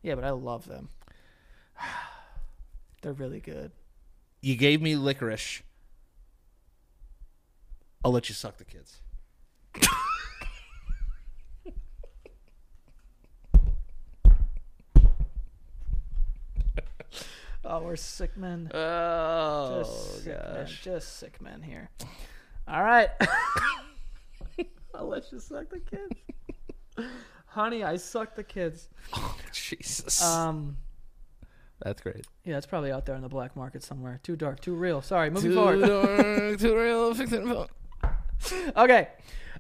Yeah, but I love them. They're really good.
You gave me licorice. I'll let you suck the kids.
Oh, we're sick men.
Oh.
Just sick men. Just sick men here. All right. I'll let you suck the kids. Honey, I suck the kids.
Jesus.
Um,
That's great.
yeah, it's probably out there in the black market somewhere. Too dark, too real. Sorry, moving forward.
Too real. Fix it.
Okay.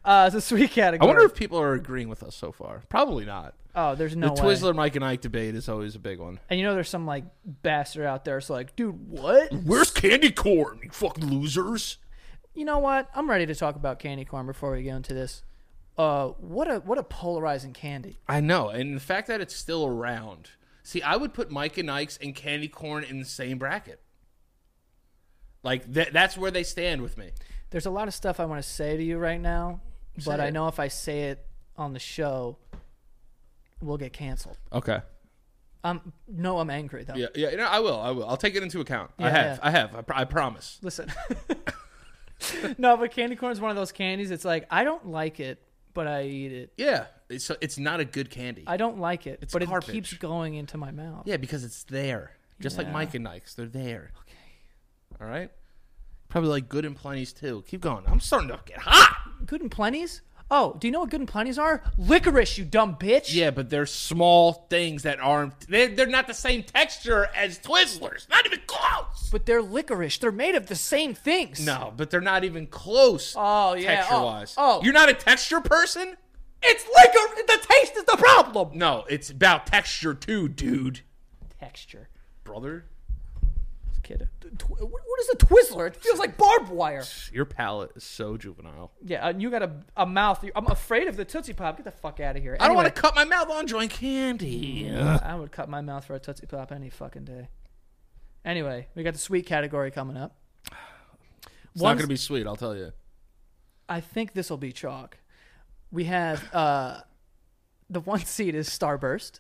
Uh, it's a sweet
I
category.
wonder if people are agreeing with us so far. Probably not.
Oh, there's
The
no way.
Twizzler Mike and Ike debate is always a big one.
And you know, there's some like bastard out there. It's like, dude, what?
Where's candy corn, you fucking losers?
You know what? I'm ready to talk about candy corn before we go into this. Uh, what a what a polarizing candy.
I know, and the fact that it's still around. See, I would put Mike and Ike's and candy corn in the same bracket. Like th- that's where they stand with me.
There's a lot of stuff I want to say to you right now, but I
it.
know if I say it on the show, we'll get canceled.
Okay.
Um, no, I'm angry though.
Yeah, yeah. No, I will. I will. I'll take it into account. I
Yeah,
have.
yeah.
I have. I, pr- I promise.
Listen. no, but candy corn is one of those candies. It's like I don't like it, but I eat it.
Yeah. It's it's not a good candy.
I don't like it, but
garbage.
it keeps going into my mouth.
yeah, because it's there. Just like
Yeah.
Mike and Ike's, they're there. Okay. All right. Probably like Good and Plenty's too. Keep going. I'm starting to get hot.
Good and plenties? Oh, do you know what good and plenties are? Licorice, you dumb bitch.
Yeah, but they're small things that aren't. They're, they're not the same texture as Twizzlers. Not even close.
But they're licorice. They're made of the same things.
No, but they're not even close.
Oh, yeah.
Texture
Oh,
wise.
oh.
You're not a texture person?
It's licorice. The taste is the problem.
No, it's about texture too, dude.
Texture.
Brother,
This Kid. Tw- what is a Twizzler? It feels like barbed wire.
your palate is so juvenile.
Yeah, and you got a, a mouth. I'm afraid of the Tootsie Pop. Get the fuck out of here.
I don't want
Anyway,
to cut my mouth on joint candy.
I would cut my mouth for a Tootsie Pop any fucking day. Anyway, we got the sweet category coming up.
It's not going to be sweet, I'll tell you.
I think this will be chalk. We have uh, the one seed is Starburst.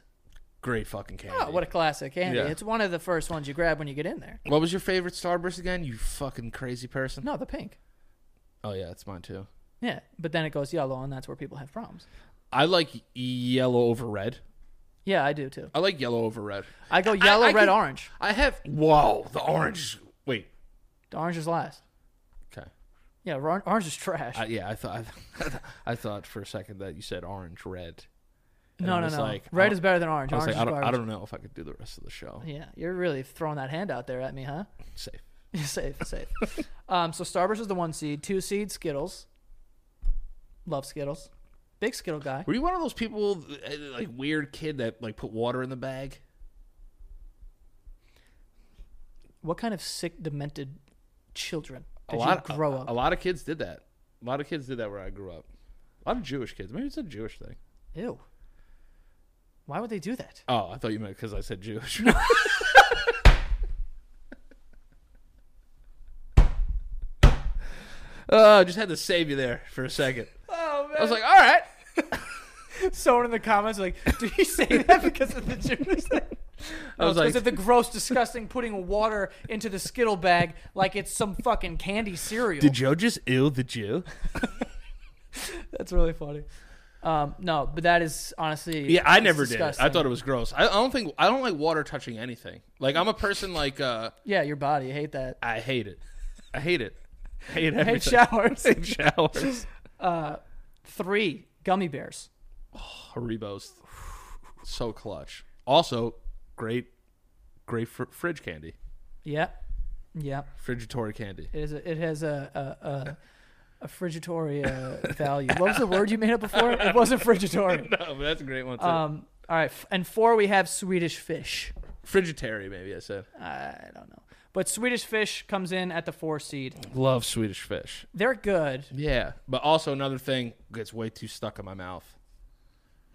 Great fucking candy.
Oh, what a classic candy!
Yeah.
It's one of the first ones you grab when you get in there.
What was your favorite Starburst again? You fucking crazy person.
No, the pink.
Oh yeah, it's mine too.
Yeah, but then it goes yellow, and that's where people have problems.
I like yellow over red.
Yeah, I do too.
I like yellow over red.
I go yellow,
I
red,
can-
orange.
I have whoa the orange. Wait.
The orange is last.
Okay.
Yeah, ro- orange is trash.
I, yeah, I thought I thought for a second that you said orange red. And
no,
I
no,
was
no.
like, I
red
don't-
is better than orange.
I was
Orange
like, I
is
don't,
garbage.
I don't know if I could do the rest of the show.
Yeah, you're really throwing that hand out there at me, huh?
Safe.
safe, safe. um, so Starburst is the one seed, two seed Skittles. Love Skittles. Big Skittle guy.
Were you one of those people, uh, like weird kid that like put water in the bag?
What kind of sick, demented children
A
did
lot.
you grow
a,
up?
A lot of kids did that. A lot of kids did that where I grew up. A lot of Jewish kids. Maybe it's a Jewish thing.
Ew. Why would they do that?
Oh, I thought you meant because I said Jewish. Oh, just had to save you there for a second.
Oh man!
I was like, all right.
someone in the comments like, "Do you say that because of the Jews?" I
was
because
like-
Oh, of the gross, disgusting putting water into the Skittle bag like it's some fucking candy cereal.
Joe just ill the Jew?
That's really funny. Um, no, but that is honestly.
Yeah, I
it's
never did. it. I
disgusting.
thought it was gross. I, I don't think I don't like water touching anything. Like I'm a person like uh
Yeah, your body. I hate that.
I hate it. I hate it. I hate
I hate
everything.
showers.
showers.
Three gummy bears.
Haribos. So clutch. Also, great great fr- fridge candy.
Yeah, yeah.
Frigatory candy.
It is. A, it has a a, a, a frigatory uh, value. What was the word you made up before? It wasn't frigatory.
Oh, but that's a great one too.
Um. All right, f- and four we have Swedish fish.
Frigitary, maybe I said.
I don't know, but Swedish fish comes in at the four seed.
Love Swedish fish.
They're good.
Yeah, but also another thing gets way too stuck in my mouth.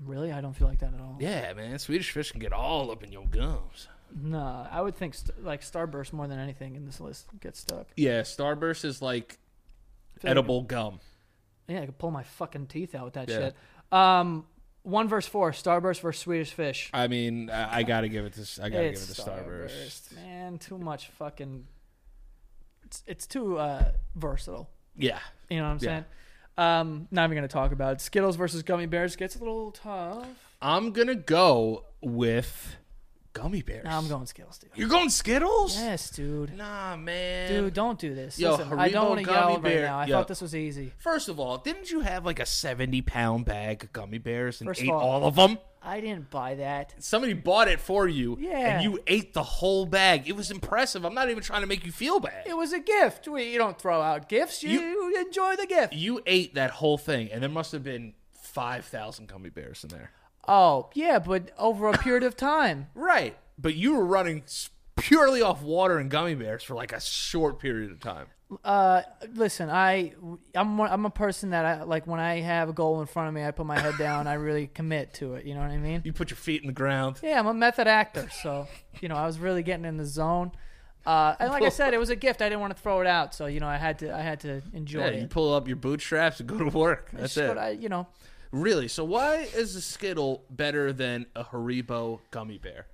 Really, I don't feel like that at all.
Yeah, man, Swedish fish can get all up in your gums.
No, I would think st- like Starburst more than anything in this list gets stuck.
Yeah, Starburst is like
like
edible gum.
Yeah, I could pull my fucking teeth out with that
Yeah.
shit. Um, one verse four, Starburst versus Swedish Fish.
I mean, I, I gotta give it to I gotta
It's
give it to Starburst.
man. Too much fucking. It's it's too uh, versatile.
Yeah,
You know what I'm
Yeah.
saying? Um, not even gonna talk about it. Skittles versus gummy bears gets a little tough.
I'm gonna go with gummy bears.
Nah, I'm going Skittles, dude.
You're going Skittles?
Yes, dude.
Nah, man.
Dude, don't do this.
Yo,
Listen, I don't
Haribo
want to
gummy
yell right
bear-
now. I
yo.
thought this was easy.
First of all, didn't you have like a 70 pound bag of gummy bears and
First of
ate
all-
all, of them?
I didn't buy that.
Somebody bought it for you,
Yeah.
and you ate the whole bag. It was impressive. I'm not even trying to make you feel bad.
It was a gift. We, you don't throw out gifts. You, you enjoy the gift.
you ate that whole thing, and there must have been 5,000 gummy bears in there.
Oh, yeah, but over a period of time.
Right. But you were running s- purely off water and gummy bears for like a short period of time.
Uh, listen, I I'm one- I'm a person that I like when I have a goal in front of me, I put my head down, I really commit to it, you know what I mean?
You put your feet in the ground.
Yeah, I'm a method actor, so you know, I was really getting in the zone. Uh, and like I said, it was a gift. I didn't want to throw it out, so you know, I had to I had to enjoy
Yeah,
it.
you pull up your bootstraps and go to work.
It's
That's
just
it.
what I- you know,
Really? So why is a Skittle better than a Haribo gummy bear?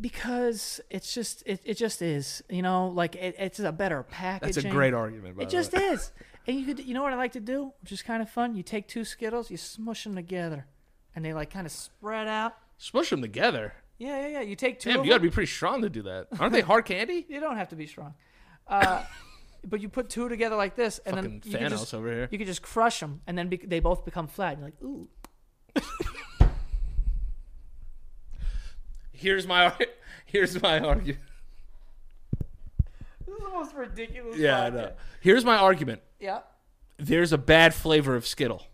because it's just it, it just is, you know, like it, it's a better packaging.
That's a great argument. By
It
the
just
way.
is. And you could, you know what I like to do, which is kind of fun. You take two Skittles, you smush them together, and they like kind of spread out.
smush them together.
Yeah, yeah, yeah. You take two.
Damn,
of
you got to
them.
be pretty strong to do that. Aren't they hard candy?
You don't have to be strong, uh, but you put two together like this, and
Fucking
then you can
Thanos
just,
over here.
You can just crush them, and then be, they both become flat. And you're like, ooh,
Here's my ar- here's my argument.
this is the most ridiculous.
Yeah, I know. Here's my argument.
Yeah.
There's a bad flavor of Skittle.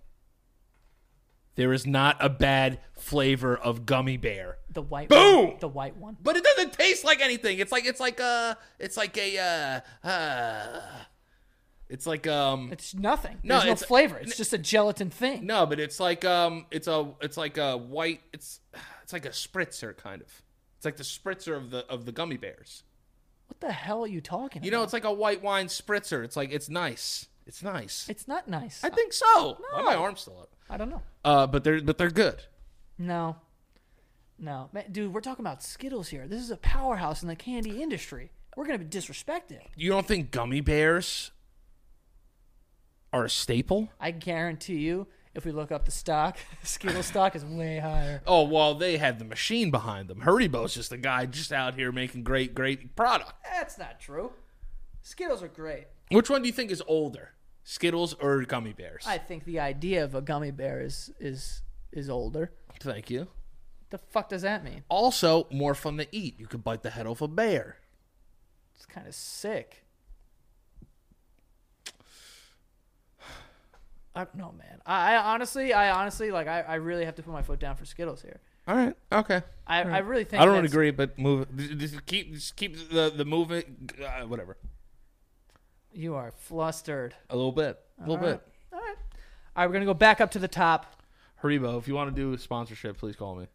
There is not a bad flavor of gummy bear.
The white.
Boom!
One, the white one.
But it doesn't taste like anything. It's like it's like uh it's like a uh, uh it's like um
It's nothing.
No,
There's no
it's-
flavor. It's just a gelatin thing.
No, but it's like um, it's a it's like a white it's it's like a spritzer kind of. It's like the spritzer of the of the gummy bears.
What the hell are you talking?
You know, it's like a white wine spritzer. It's like it's nice. It's nice.
it's not nice.
I think so. Why my arm still up?
I don't know.
Uh, but they're but they're good.
No. No. Man, dude, we're talking about Skittles here. This is a powerhouse in the candy industry. We're going to be disrespected.
You don't think gummy bears are a staple?
I guarantee you, if we look up the stock, Skittles stock is way higher.
Oh well, they had the machine behind them. Haribo's just a guy just out here making great, great product.
That's not true. Skittles are great.
Which one do you think is older, Skittles or gummy bears?
I think the idea of a gummy bear is is is older.
Thank you.
The fuck does that mean?
Also, more fun to eat. You could bite the head off a bear.
It's kind of sick. I don't know, man. I, I honestly, I honestly, like, I, I really have to put my foot down for Skittles here.
All right. Okay.
I, I really think
I don't
that's-
agree, but move. Just keep, just keep the the movement. Uh, whatever.
You are flustered.
A little bit. A little bit.
All right. All right, we're going to go back up to the top.
Haribo, if you want to do a sponsorship, please call me.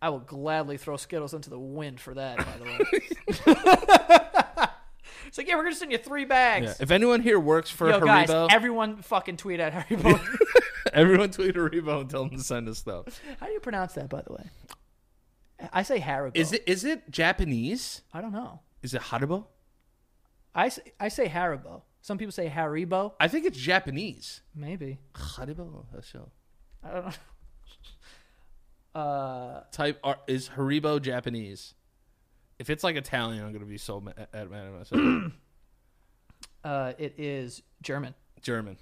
I will gladly throw Skittles into the wind for that, by the way. it's like, yeah, we're going to send you three bags.
If anyone here works for
Yo, guys,
Haribo,
everyone fucking tweet at Haribo.
everyone tweet Haribo and tell them to send us stuff.
How do you pronounce that, by the way? I say Haribo.
Is it is it Japanese?
I don't know.
Is it Haribo?
I say, I say Haribo. Some people say Haribo.
I think it's Japanese.
Maybe.
Haribo. that's so.
I don't know. Uh,
Type R is Haribo Japanese. If it's like Italian, I'm gonna be so mad, mad at myself.
uh, it is German.
German,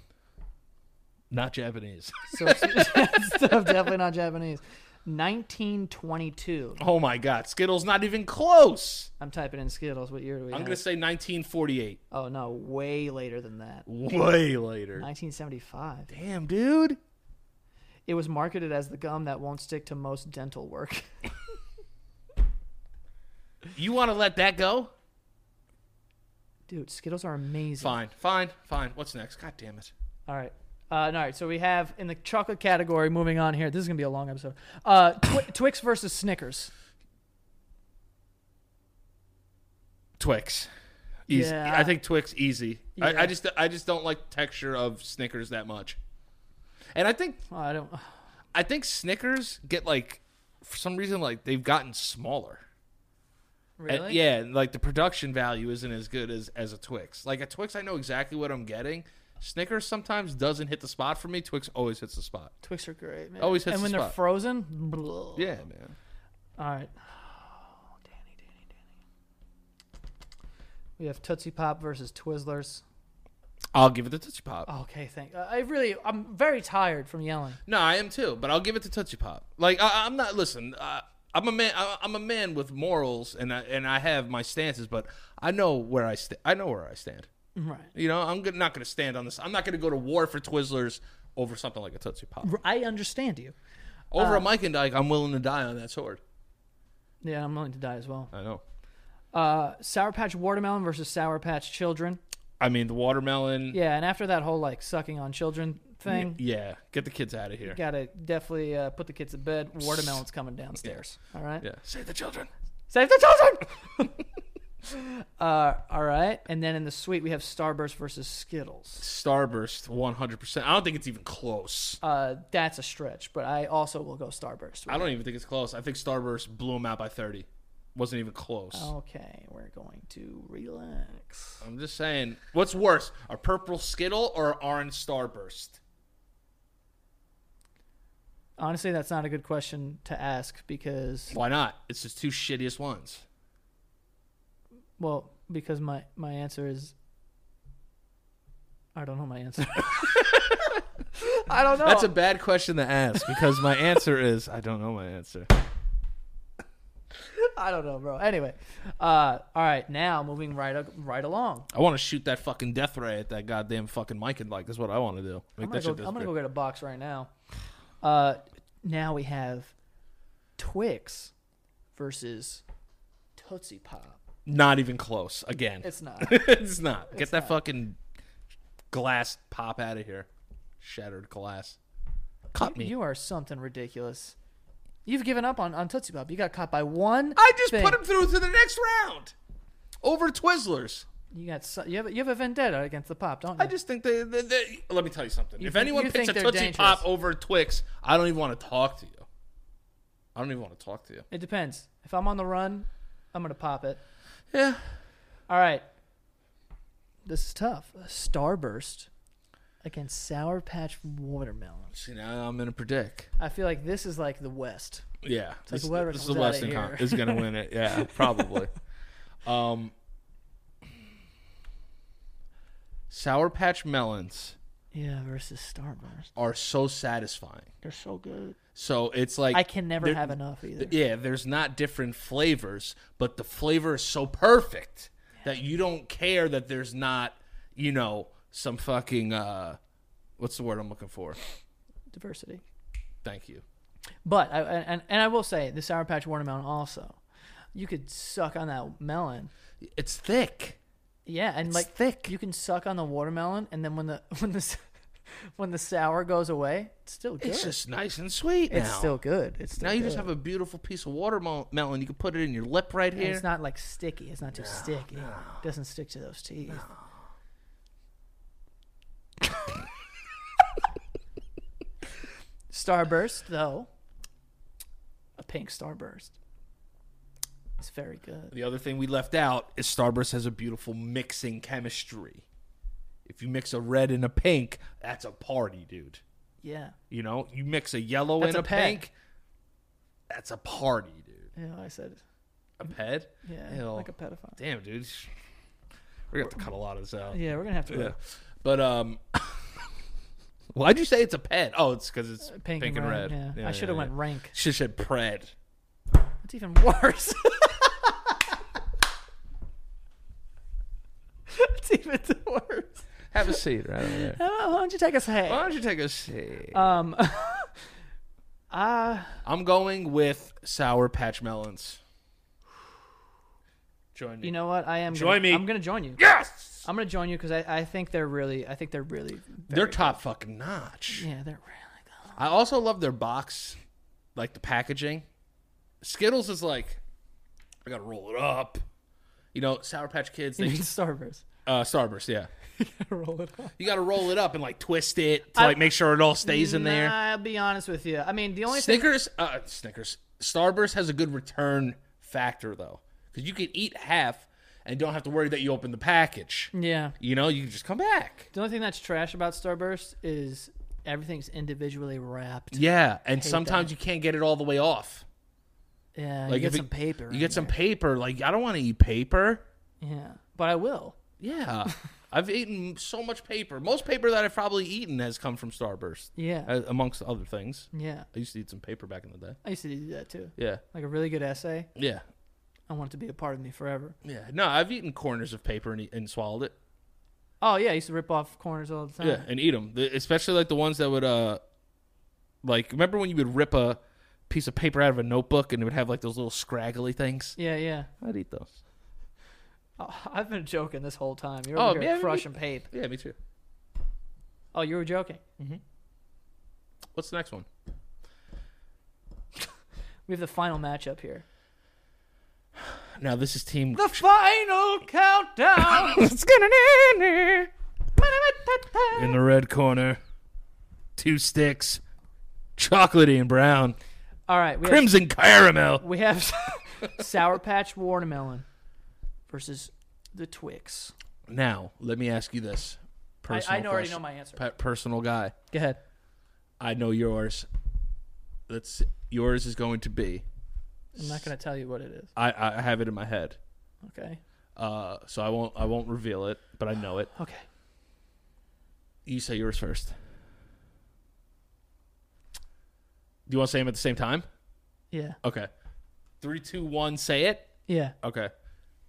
not Japanese.
So it's, it's definitely not Japanese. 1922.
oh my God, Skittles not even close.
I'm typing in Skittles. What year do we
I'm
have?
gonna say 1948.
Oh, no. Way later than that.
Way later.
1975.
Damn, dude.
It was marketed as the gum that won't stick to most dental work.
You want to let that go?
Dude, Skittles are amazing.
Fine, fine, fine. What's next? God damn it.
All right. Uh, and all right. So we have in the chocolate category, moving on here. This is going to be a long episode. Uh, Twi- Twix versus Snickers.
Twix. Easy.
Yeah.
I think Twix easy.
Yeah.
I, I just I just don't like texture of Snickers that much. And I think
Oh, I don't.
I think Snickers get like for some reason like they've gotten smaller. And-
Really?
yeah, and, like the production value isn't as good as as a Twix. Like a Twix I know exactly what I'm getting. Snickers sometimes doesn't hit the spot for me. Twix always hits the spot.
Twix are great, man.
Always hits
and
the
when they're
spot.
frozen. blah.
Yeah, man.
All right. Oh, Danny, Danny, Danny. We have Tootsie Pop versus Twizzlers.
I'll give it the Tootsie Pop.
Okay, thank. uh, I really, I'm very tired from yelling.
No, I am too, but I'll give it to Tootsie Pop. Like I, I'm not. Listen, uh, I'm a man. I, I'm a man with morals, and I, and I have my stances, but I know where I stand. I know where I stand.
Right.
You know, I'm go- not going to stand on this. I'm not going to go to war for Twizzlers over something like a Tootsie Pop.
I understand you.
Over
Uh.
a Mike and Dyke, I'm willing to die on that sword.
Yeah, I'm willing to die as well.
I know.
Uh, Sour Patch Watermelon versus Sour Patch Children.
I mean, the watermelon.
Yeah, and after that whole like sucking on children thing,
Yeah, get the kids out of here.
gotta definitely uh, put the kids to bed. Watermelon's coming downstairs. All right.
Yeah, save the children.
Save the children. uh, all right. And then in the suite we have Starburst versus Skittles.
Starburst, 100. percent I don't think it's even close.
Uh, that's a stretch, but I also will go Starburst.
I don't even think it's close. I think Starburst blew them out by 30. Wasn't even close.
Oh. Okay, we're going to relax.
I'm just saying, what's worse, a purple Skittle or an orange Starburst?
Honestly, that's not a good question to ask because
Why not? It's just two shittiest ones.
well, because my my answer is I don't know my answer. I don't know.
That's a bad question to ask because my answer is I don't know my answer.
I don't know, bro. Anyway, uh, all right. Now moving right right along.
I want to shoot that fucking death ray at that goddamn fucking mic and like. That's what I want to do. Make
I'm
that
gonna, go,
shit
I'm gonna
disappear.
go get a box right now. Uh, now we have Twix versus Tootsie Pop.
Not even close. Again, it's,
It's not.
not. get that fucking glass pop out of here. Shattered glass. Cut me.
you are something ridiculous. You've given up on, on Tootsie Pop. You got caught by one.
I just
thing.
put him through to the next round over Twizzlers.
You got so- you have a- you have a vendetta against the pop, don't you?
I just think they, they, they- Let me tell you something. if
think-
anyone
you
picks
think
a
they're
Tootsie
dangerous.
Pop over Twix, I don't even want to talk to you. I don't even want to talk to you.
It depends. If I'm on the run, I'm gonna pop it.
Yeah.
All right. This is tough. Starburst against Sour Patch Watermelon.
See, now I'm in a predict.
I feel like this is like the West.
Yeah,
like whoever comes out of
Con-
here.
is going to win it. Yeah, probably. um, Sour Patch melons
Yeah, versus Starburst.
are so satisfying.
They're so good.
So it's like
I can never
they're-
have enough either.
Yeah, there's not different flavors, but the flavor is so perfect that you don't care that there's not, you know, some fucking uh, what's the word I'm looking for?
Diversity.
Thank you.
But I, and and I will say the Sour Patch Watermelon also. You could suck on that melon.
It's thick.
Yeah, and like
thick.
You can suck on the watermelon, and then when the when the s- when the sour goes away, it's still good.
It's just nice and sweet.
It's
now.
still good. It's still
Now you
good.
just have a beautiful piece of watermelon. You can put it in your lip right
And
here.
it's not like sticky. It's not too sticky. It doesn't stick to those teeth. starburst, though, a pink starburst. It's very good.
the other thing we left out is Starburst has a beautiful mixing chemistry. If you mix a red and a pink, that's a party, dude.
Yeah,
You know, you mix a yellow
That's
and
a
a,
pet.
pink, that's a party, dude.
yeah. I said, it.
A ped?
yeah,
Ew.
like a pedophile.
Damn, dude. We're gonna have to cut a lot of this out.
Yeah, we're gonna have to.
Yeah. But um, why'd you say it's a ped? Oh, it's because it's
Pink, and, red. Yeah. I should have
yeah,
went
yeah.
rank.
Should said pred.
It's even worse. it's even worse.
Have a seat right over there.
How long did Uh, you take us? Hey,
Why don't you take a seat?
um, uh,
I'm going with sour patch melons. Join me.
you know what? I am.
Join
gonna,
me.
I'm gonna join you.
yes,
I'm gonna join you because I, I think they're really. I think they're really.
they're top fucking notch.
Yeah, they're really good.
I also love their box, like the packaging. Skittles is like, I gotta roll it up. You know, Sour Patch Kids,
You
they,
mean Starburst?
uh, Starburst, yeah.
Roll it up.
You gotta roll it up and like twist it to
I-
like make sure it all stays in there.
I'll be honest with you. I mean, the only thing.
Snickers, uh, Snickers, Starburst has a good return factor though, because you can eat half and don't have to worry that you open the package.
Yeah.
You know, you can just come back.
The only thing that's trash about Starburst is everything's individually wrapped.
Yeah, and sometimes you can't get it all the way off.
Yeah, you
Like
get
if it-
some paper.
You
in
get some paper. Like I don't want to eat paper.
Yeah, but I will.
Yeah, I've eaten so much paper. Most paper that I've probably eaten has come from Starburst,
Yeah,
uh, amongst other things.
yeah.
I used to eat some paper back in the day.
I used to do that too.
Yeah,
Like a really good essay,
yeah,
I want it to be a part of me forever.
yeah. No, I've eaten corners of paper and, eat- and swallowed it.
Oh yeah, I used to rip off corners all the time.
Yeah, and eat them, especially like the ones that would, uh, like remember when you would rip a piece of paper out of a notebook and it would have like those little scraggly things.
yeah, yeah.
I'd eat those.
Oh, I've been joking this whole time. You're
Oh,
over here
yeah,
crushing paper.
Yeah, me too.
Oh, you were joking.
What's the next one?
We have the final matchup here.
Now this is team.
The final countdown.
It's gonna end in the red corner. Two sticks, chocolatey and brown,
all right, we have,
crimson caramel.
we have Sour Patch Watermelon versus the Twix.
Now let me ask you this.
I,
Personal
I know, already
question.
know my answer.
Pe- personal guy.
Go ahead.
I know yours. That's yours is going to be.
I'm not going to tell you what it is.
I- I I have it in my head.
Okay.
Uh, so I won't I won't reveal it, but I know it.
Okay.
You say yours first. Do you want to say them at the same time?
Yeah.
Okay. Three, two, one. Say it.
Yeah.
Okay.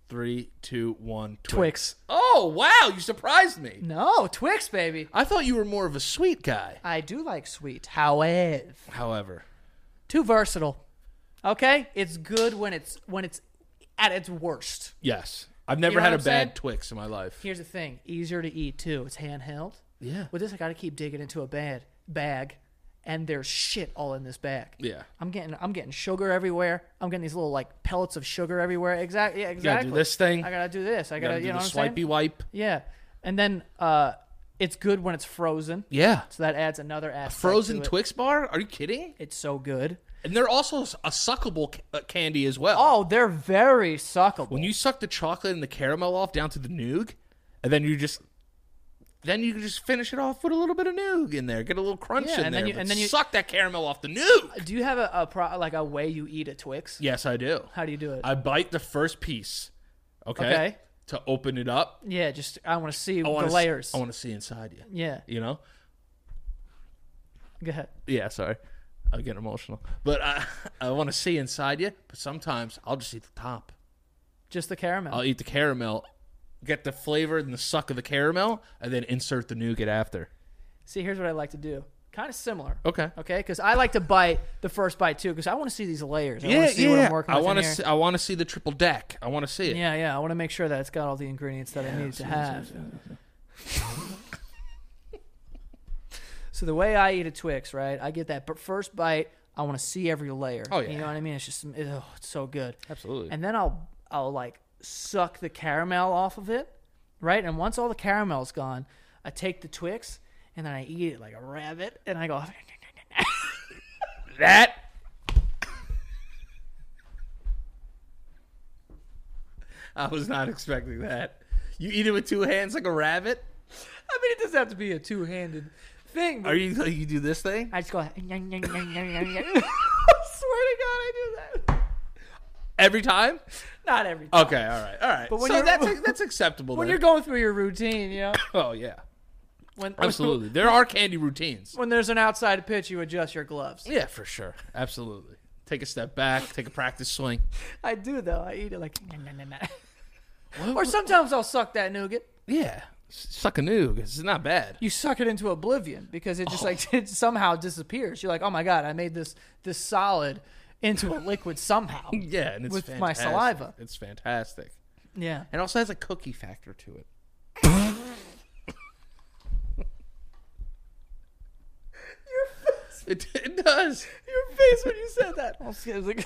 Three, two, one.
Twix.
Oh wow! You surprised me.
No, Twix, baby.
I thought you were more of a sweet guy.
I do like sweet. However,
However,
too versatile. Okay, it's good when it's when it's at its worst.
yes, I've never
know
had
what
a
I'm
bad
saying?
Twix in my life.
Here's the thing: easier to eat too. It's handheld.
Yeah.
With this, I got to keep digging into a bag, bag, and there's shit all in this bag.
Yeah.
I'm getting I'm getting sugar everywhere. I'm getting these little like pellets of sugar everywhere. Exactly. Yeah,
gotta do
exactly.
this thing.
I gotta do this. I gotta,
Gotta do
you know
the
what I'm
swipey
saying?
wipe.
Yeah. And then uh, it's good when it's frozen.
Yeah.
So that adds another aspect.
Frozen
to it.
Twix bar? Are you kidding?
It's so good.
And they're also a suckable ca- uh, candy as well.
Oh, they're very suckable.
When you suck the chocolate and the caramel off down to the noog, and then you just then you can just finish it off with a little bit of noog in there, get a little crunch
Yeah,
in
and
there,
then you-
but
and then you-
suck that caramel off the noog.
do you have a, a pro, like a way you eat a Twix?
Yes, I do.
How do you do it?
I bite the first piece. Okay.
Okay.
To open it up,
yeah, just I want to see
I wanna
the
s-
layers.
I want to see inside you.
yeah,
You know.
go ahead.
Yeah, sorry. I get emotional, but I I want to see inside you. But sometimes I'll just eat the top.
Just the caramel.
I'll eat the caramel, get the flavor and the suck of the caramel, and then insert the nougat after.
see, here's what I like to do. Kind of similar.
Okay.
Okay, because I like to bite the first bite too, because I want to see these layers. I
Yeah,
want to see
yeah.
what I'm working
I
with in
want to.
here.
See, I want to see the triple deck. I want to see it.
Yeah, yeah. I want to make sure that it's got all the ingredients that I need it to have. so the way I eat a Twix, right? I get that, but first bite, I want to see every layer.
Oh,
you
yeah.
know what I mean? It's just, it- oh, it's so good.
Absolutely.
And then I'll, I'll like suck the caramel off of it, right? And once all the caramel's gone, I take the Twix and then I eat it like a rabbit, and I go.
That. I was not expecting that. You eat it with two hands like a rabbit.
I mean, it doesn't have to be a two-handed thing. but
Are you? You do this thing,
I just go. I swear to God, I do that.
every time.
Not every time.
Okay, all right, all right. But
when
so
you're-
that's that's acceptable.
when
then.
you're going through your routine, you know,
oh yeah,
when
absolutely. There are candy routines.
when there's an outside pitch, you adjust your gloves.
Yeah, for sure, absolutely. Take a step back, take a practice swing.
I do though. I eat it like. or sometimes I'll suck that nougat.
Yeah, s- suck a noog. It's not bad.
You suck it into oblivion because it just
Oh.
like it somehow disappears. You're like, oh my god, I made this this solid into a liquid somehow.
Yeah, and it's
With my
fantastic.
saliva.
It's fantastic.
Yeah.
and also has a cookie factor to it. It, it does.
Your face when you said that. I was like,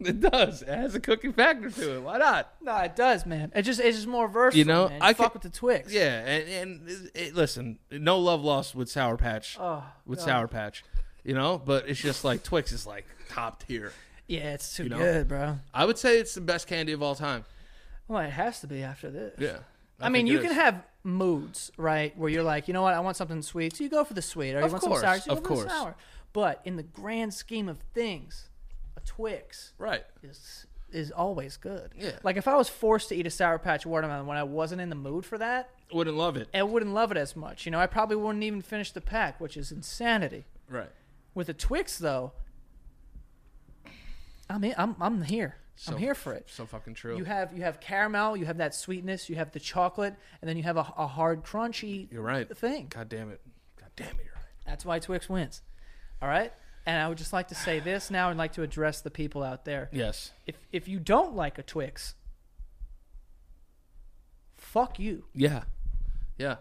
It does. It has a cookie factor to it. Why not?
no, it does, man. It just it's just more versatile.
You know,
man.
I
fuck
could-
with the Twix.
Yeah, and, and it, it- listen, no love lost with Sour Patch.
Oh,
with
God.
Sour Patch, you know. But it's just like Twix is like top tier.
Yeah, it's too
know?
good, bro.
I would say it's the best candy of all time.
Well, it has to be after this.
Yeah.
I, mean,
think it
you
is.
can have moods, right? Where you're like, you know what, I want something sweet, so you go for the sweet, or you
Of
want
course,
some sour, so you
of
go for the
course.
sour. But in the grand scheme of things, a Twix
right.
is is always good.
Yeah.
Like if I was forced to eat a Sour Patch watermelon when I wasn't in the mood for that,
Wouldn't love it.
I wouldn't love it as much. You know, I probably wouldn't even finish the pack, which is insanity.
Right.
With a Twix though, I'm in, I'm I'm here.
So-
I'm here for it.
So fucking true.
You have you have caramel, you have that sweetness, you have the chocolate, and then you have a, a hard crunchy
you're right.
thing.
God damn it. God damn it. You're right.
That's why Twix wins. All right? And I would just like to say this now and like to address the people out there.
Yes.
If if you don't like a Twix, fuck you.
Yeah, yeah.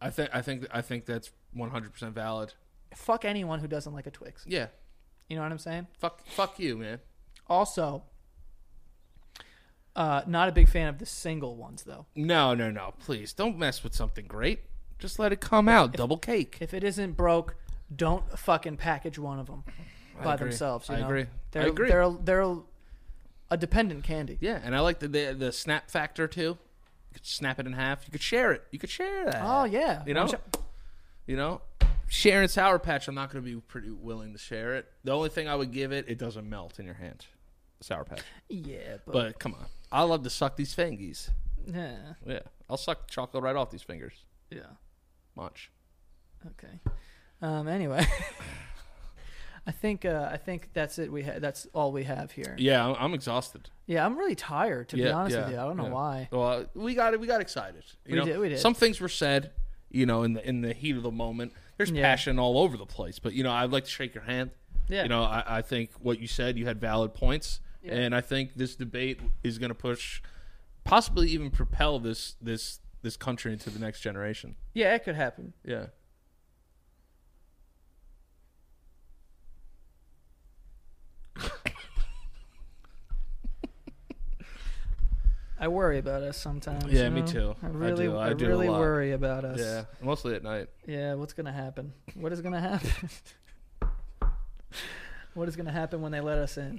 I think I think I think that's one hundred percent valid.
Fuck anyone who doesn't like a Twix.
Yeah.
You know what I'm saying?
Fuck fuck you, man.
Also, uh, not a big fan of the single ones though.
No, no, no. Please don't mess with something great. Just let it come out. Double cake.
If it isn't broke, don't fucking package one of them by
agree.
themselves. You
I
know?
agree. I
They're,
agree.
They're they're a dependent candy.
Yeah, and I like the the, the snap factor too. You could snap it in half. You could share it. You could share that.
Oh yeah.
You know?
One shot-
You know? Sharing Sour Patch, I'm not going to be pretty willing to share it. The only thing I would give it, it doesn't melt in your hand. Sour Patch.
Yeah, but,
But come on. I love to suck these fingies.
yeah,
Yeah. I'll suck chocolate right off these fingers.
yeah.
Much.
Okay. Um. Anyway, I think uh, I think that's it. We ha- that's all we have here. Yeah.
Yeah, I'm, I'm exhausted.
I'm really tired. To be honest with you, I don't know
yeah.
why.
Well, uh, we got we got excited. You
We
know?
did, we did.
Some things were said, you know, in the in the heat of the moment. There's
Yeah.
passion all over the place, but you know, I'd like to shake your hand.
Yeah.
You know, I, I think what you said, you had valid points, and I think this debate is going to push, possibly even propel this this this country into the next generation.
Yeah, it could happen.
Yeah.
I worry about us sometimes.
Yeah,
you
me
know?
too.
I
I
really,
do. I do a
really
lot.
worry about us.
Yeah. Mostly at night.
Yeah, what's gonna happen? What is gonna happen? What is going to happen when they let us in?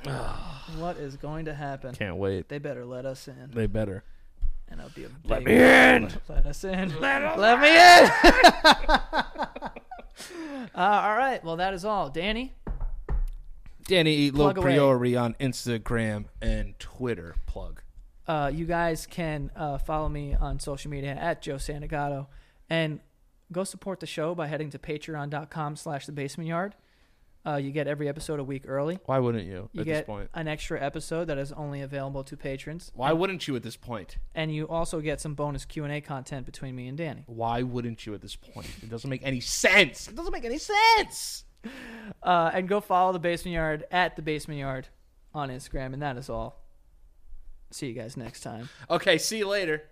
what is going to happen?
Can't wait.
They better let us in,
They better.
and it'll be a
Let
big-
me in.
Let us in. Let, me in. uh, all right. Well, that is all, Danny.
Danny Eat Little
Plug away.
Priori on Instagram and Twitter. Plug.
Uh, you guys can uh, follow me on social media at Joe Santagato and go support the show by heading to patreon.com slash the basement yard. Uh, you get every episode a week early.
Why wouldn't you,
You
at this
get
point?
an extra episode that is only available to patrons,
Why wouldn't you at this point?
and you also get some bonus Q and A content between me and Danny.
Why wouldn't you at this point? It doesn't make any sense. It doesn't make any sense.
Uh, and go follow the Basement Yard at the Basement Yard on Instagram, and that is all. See you guys next time.
Okay, see you later.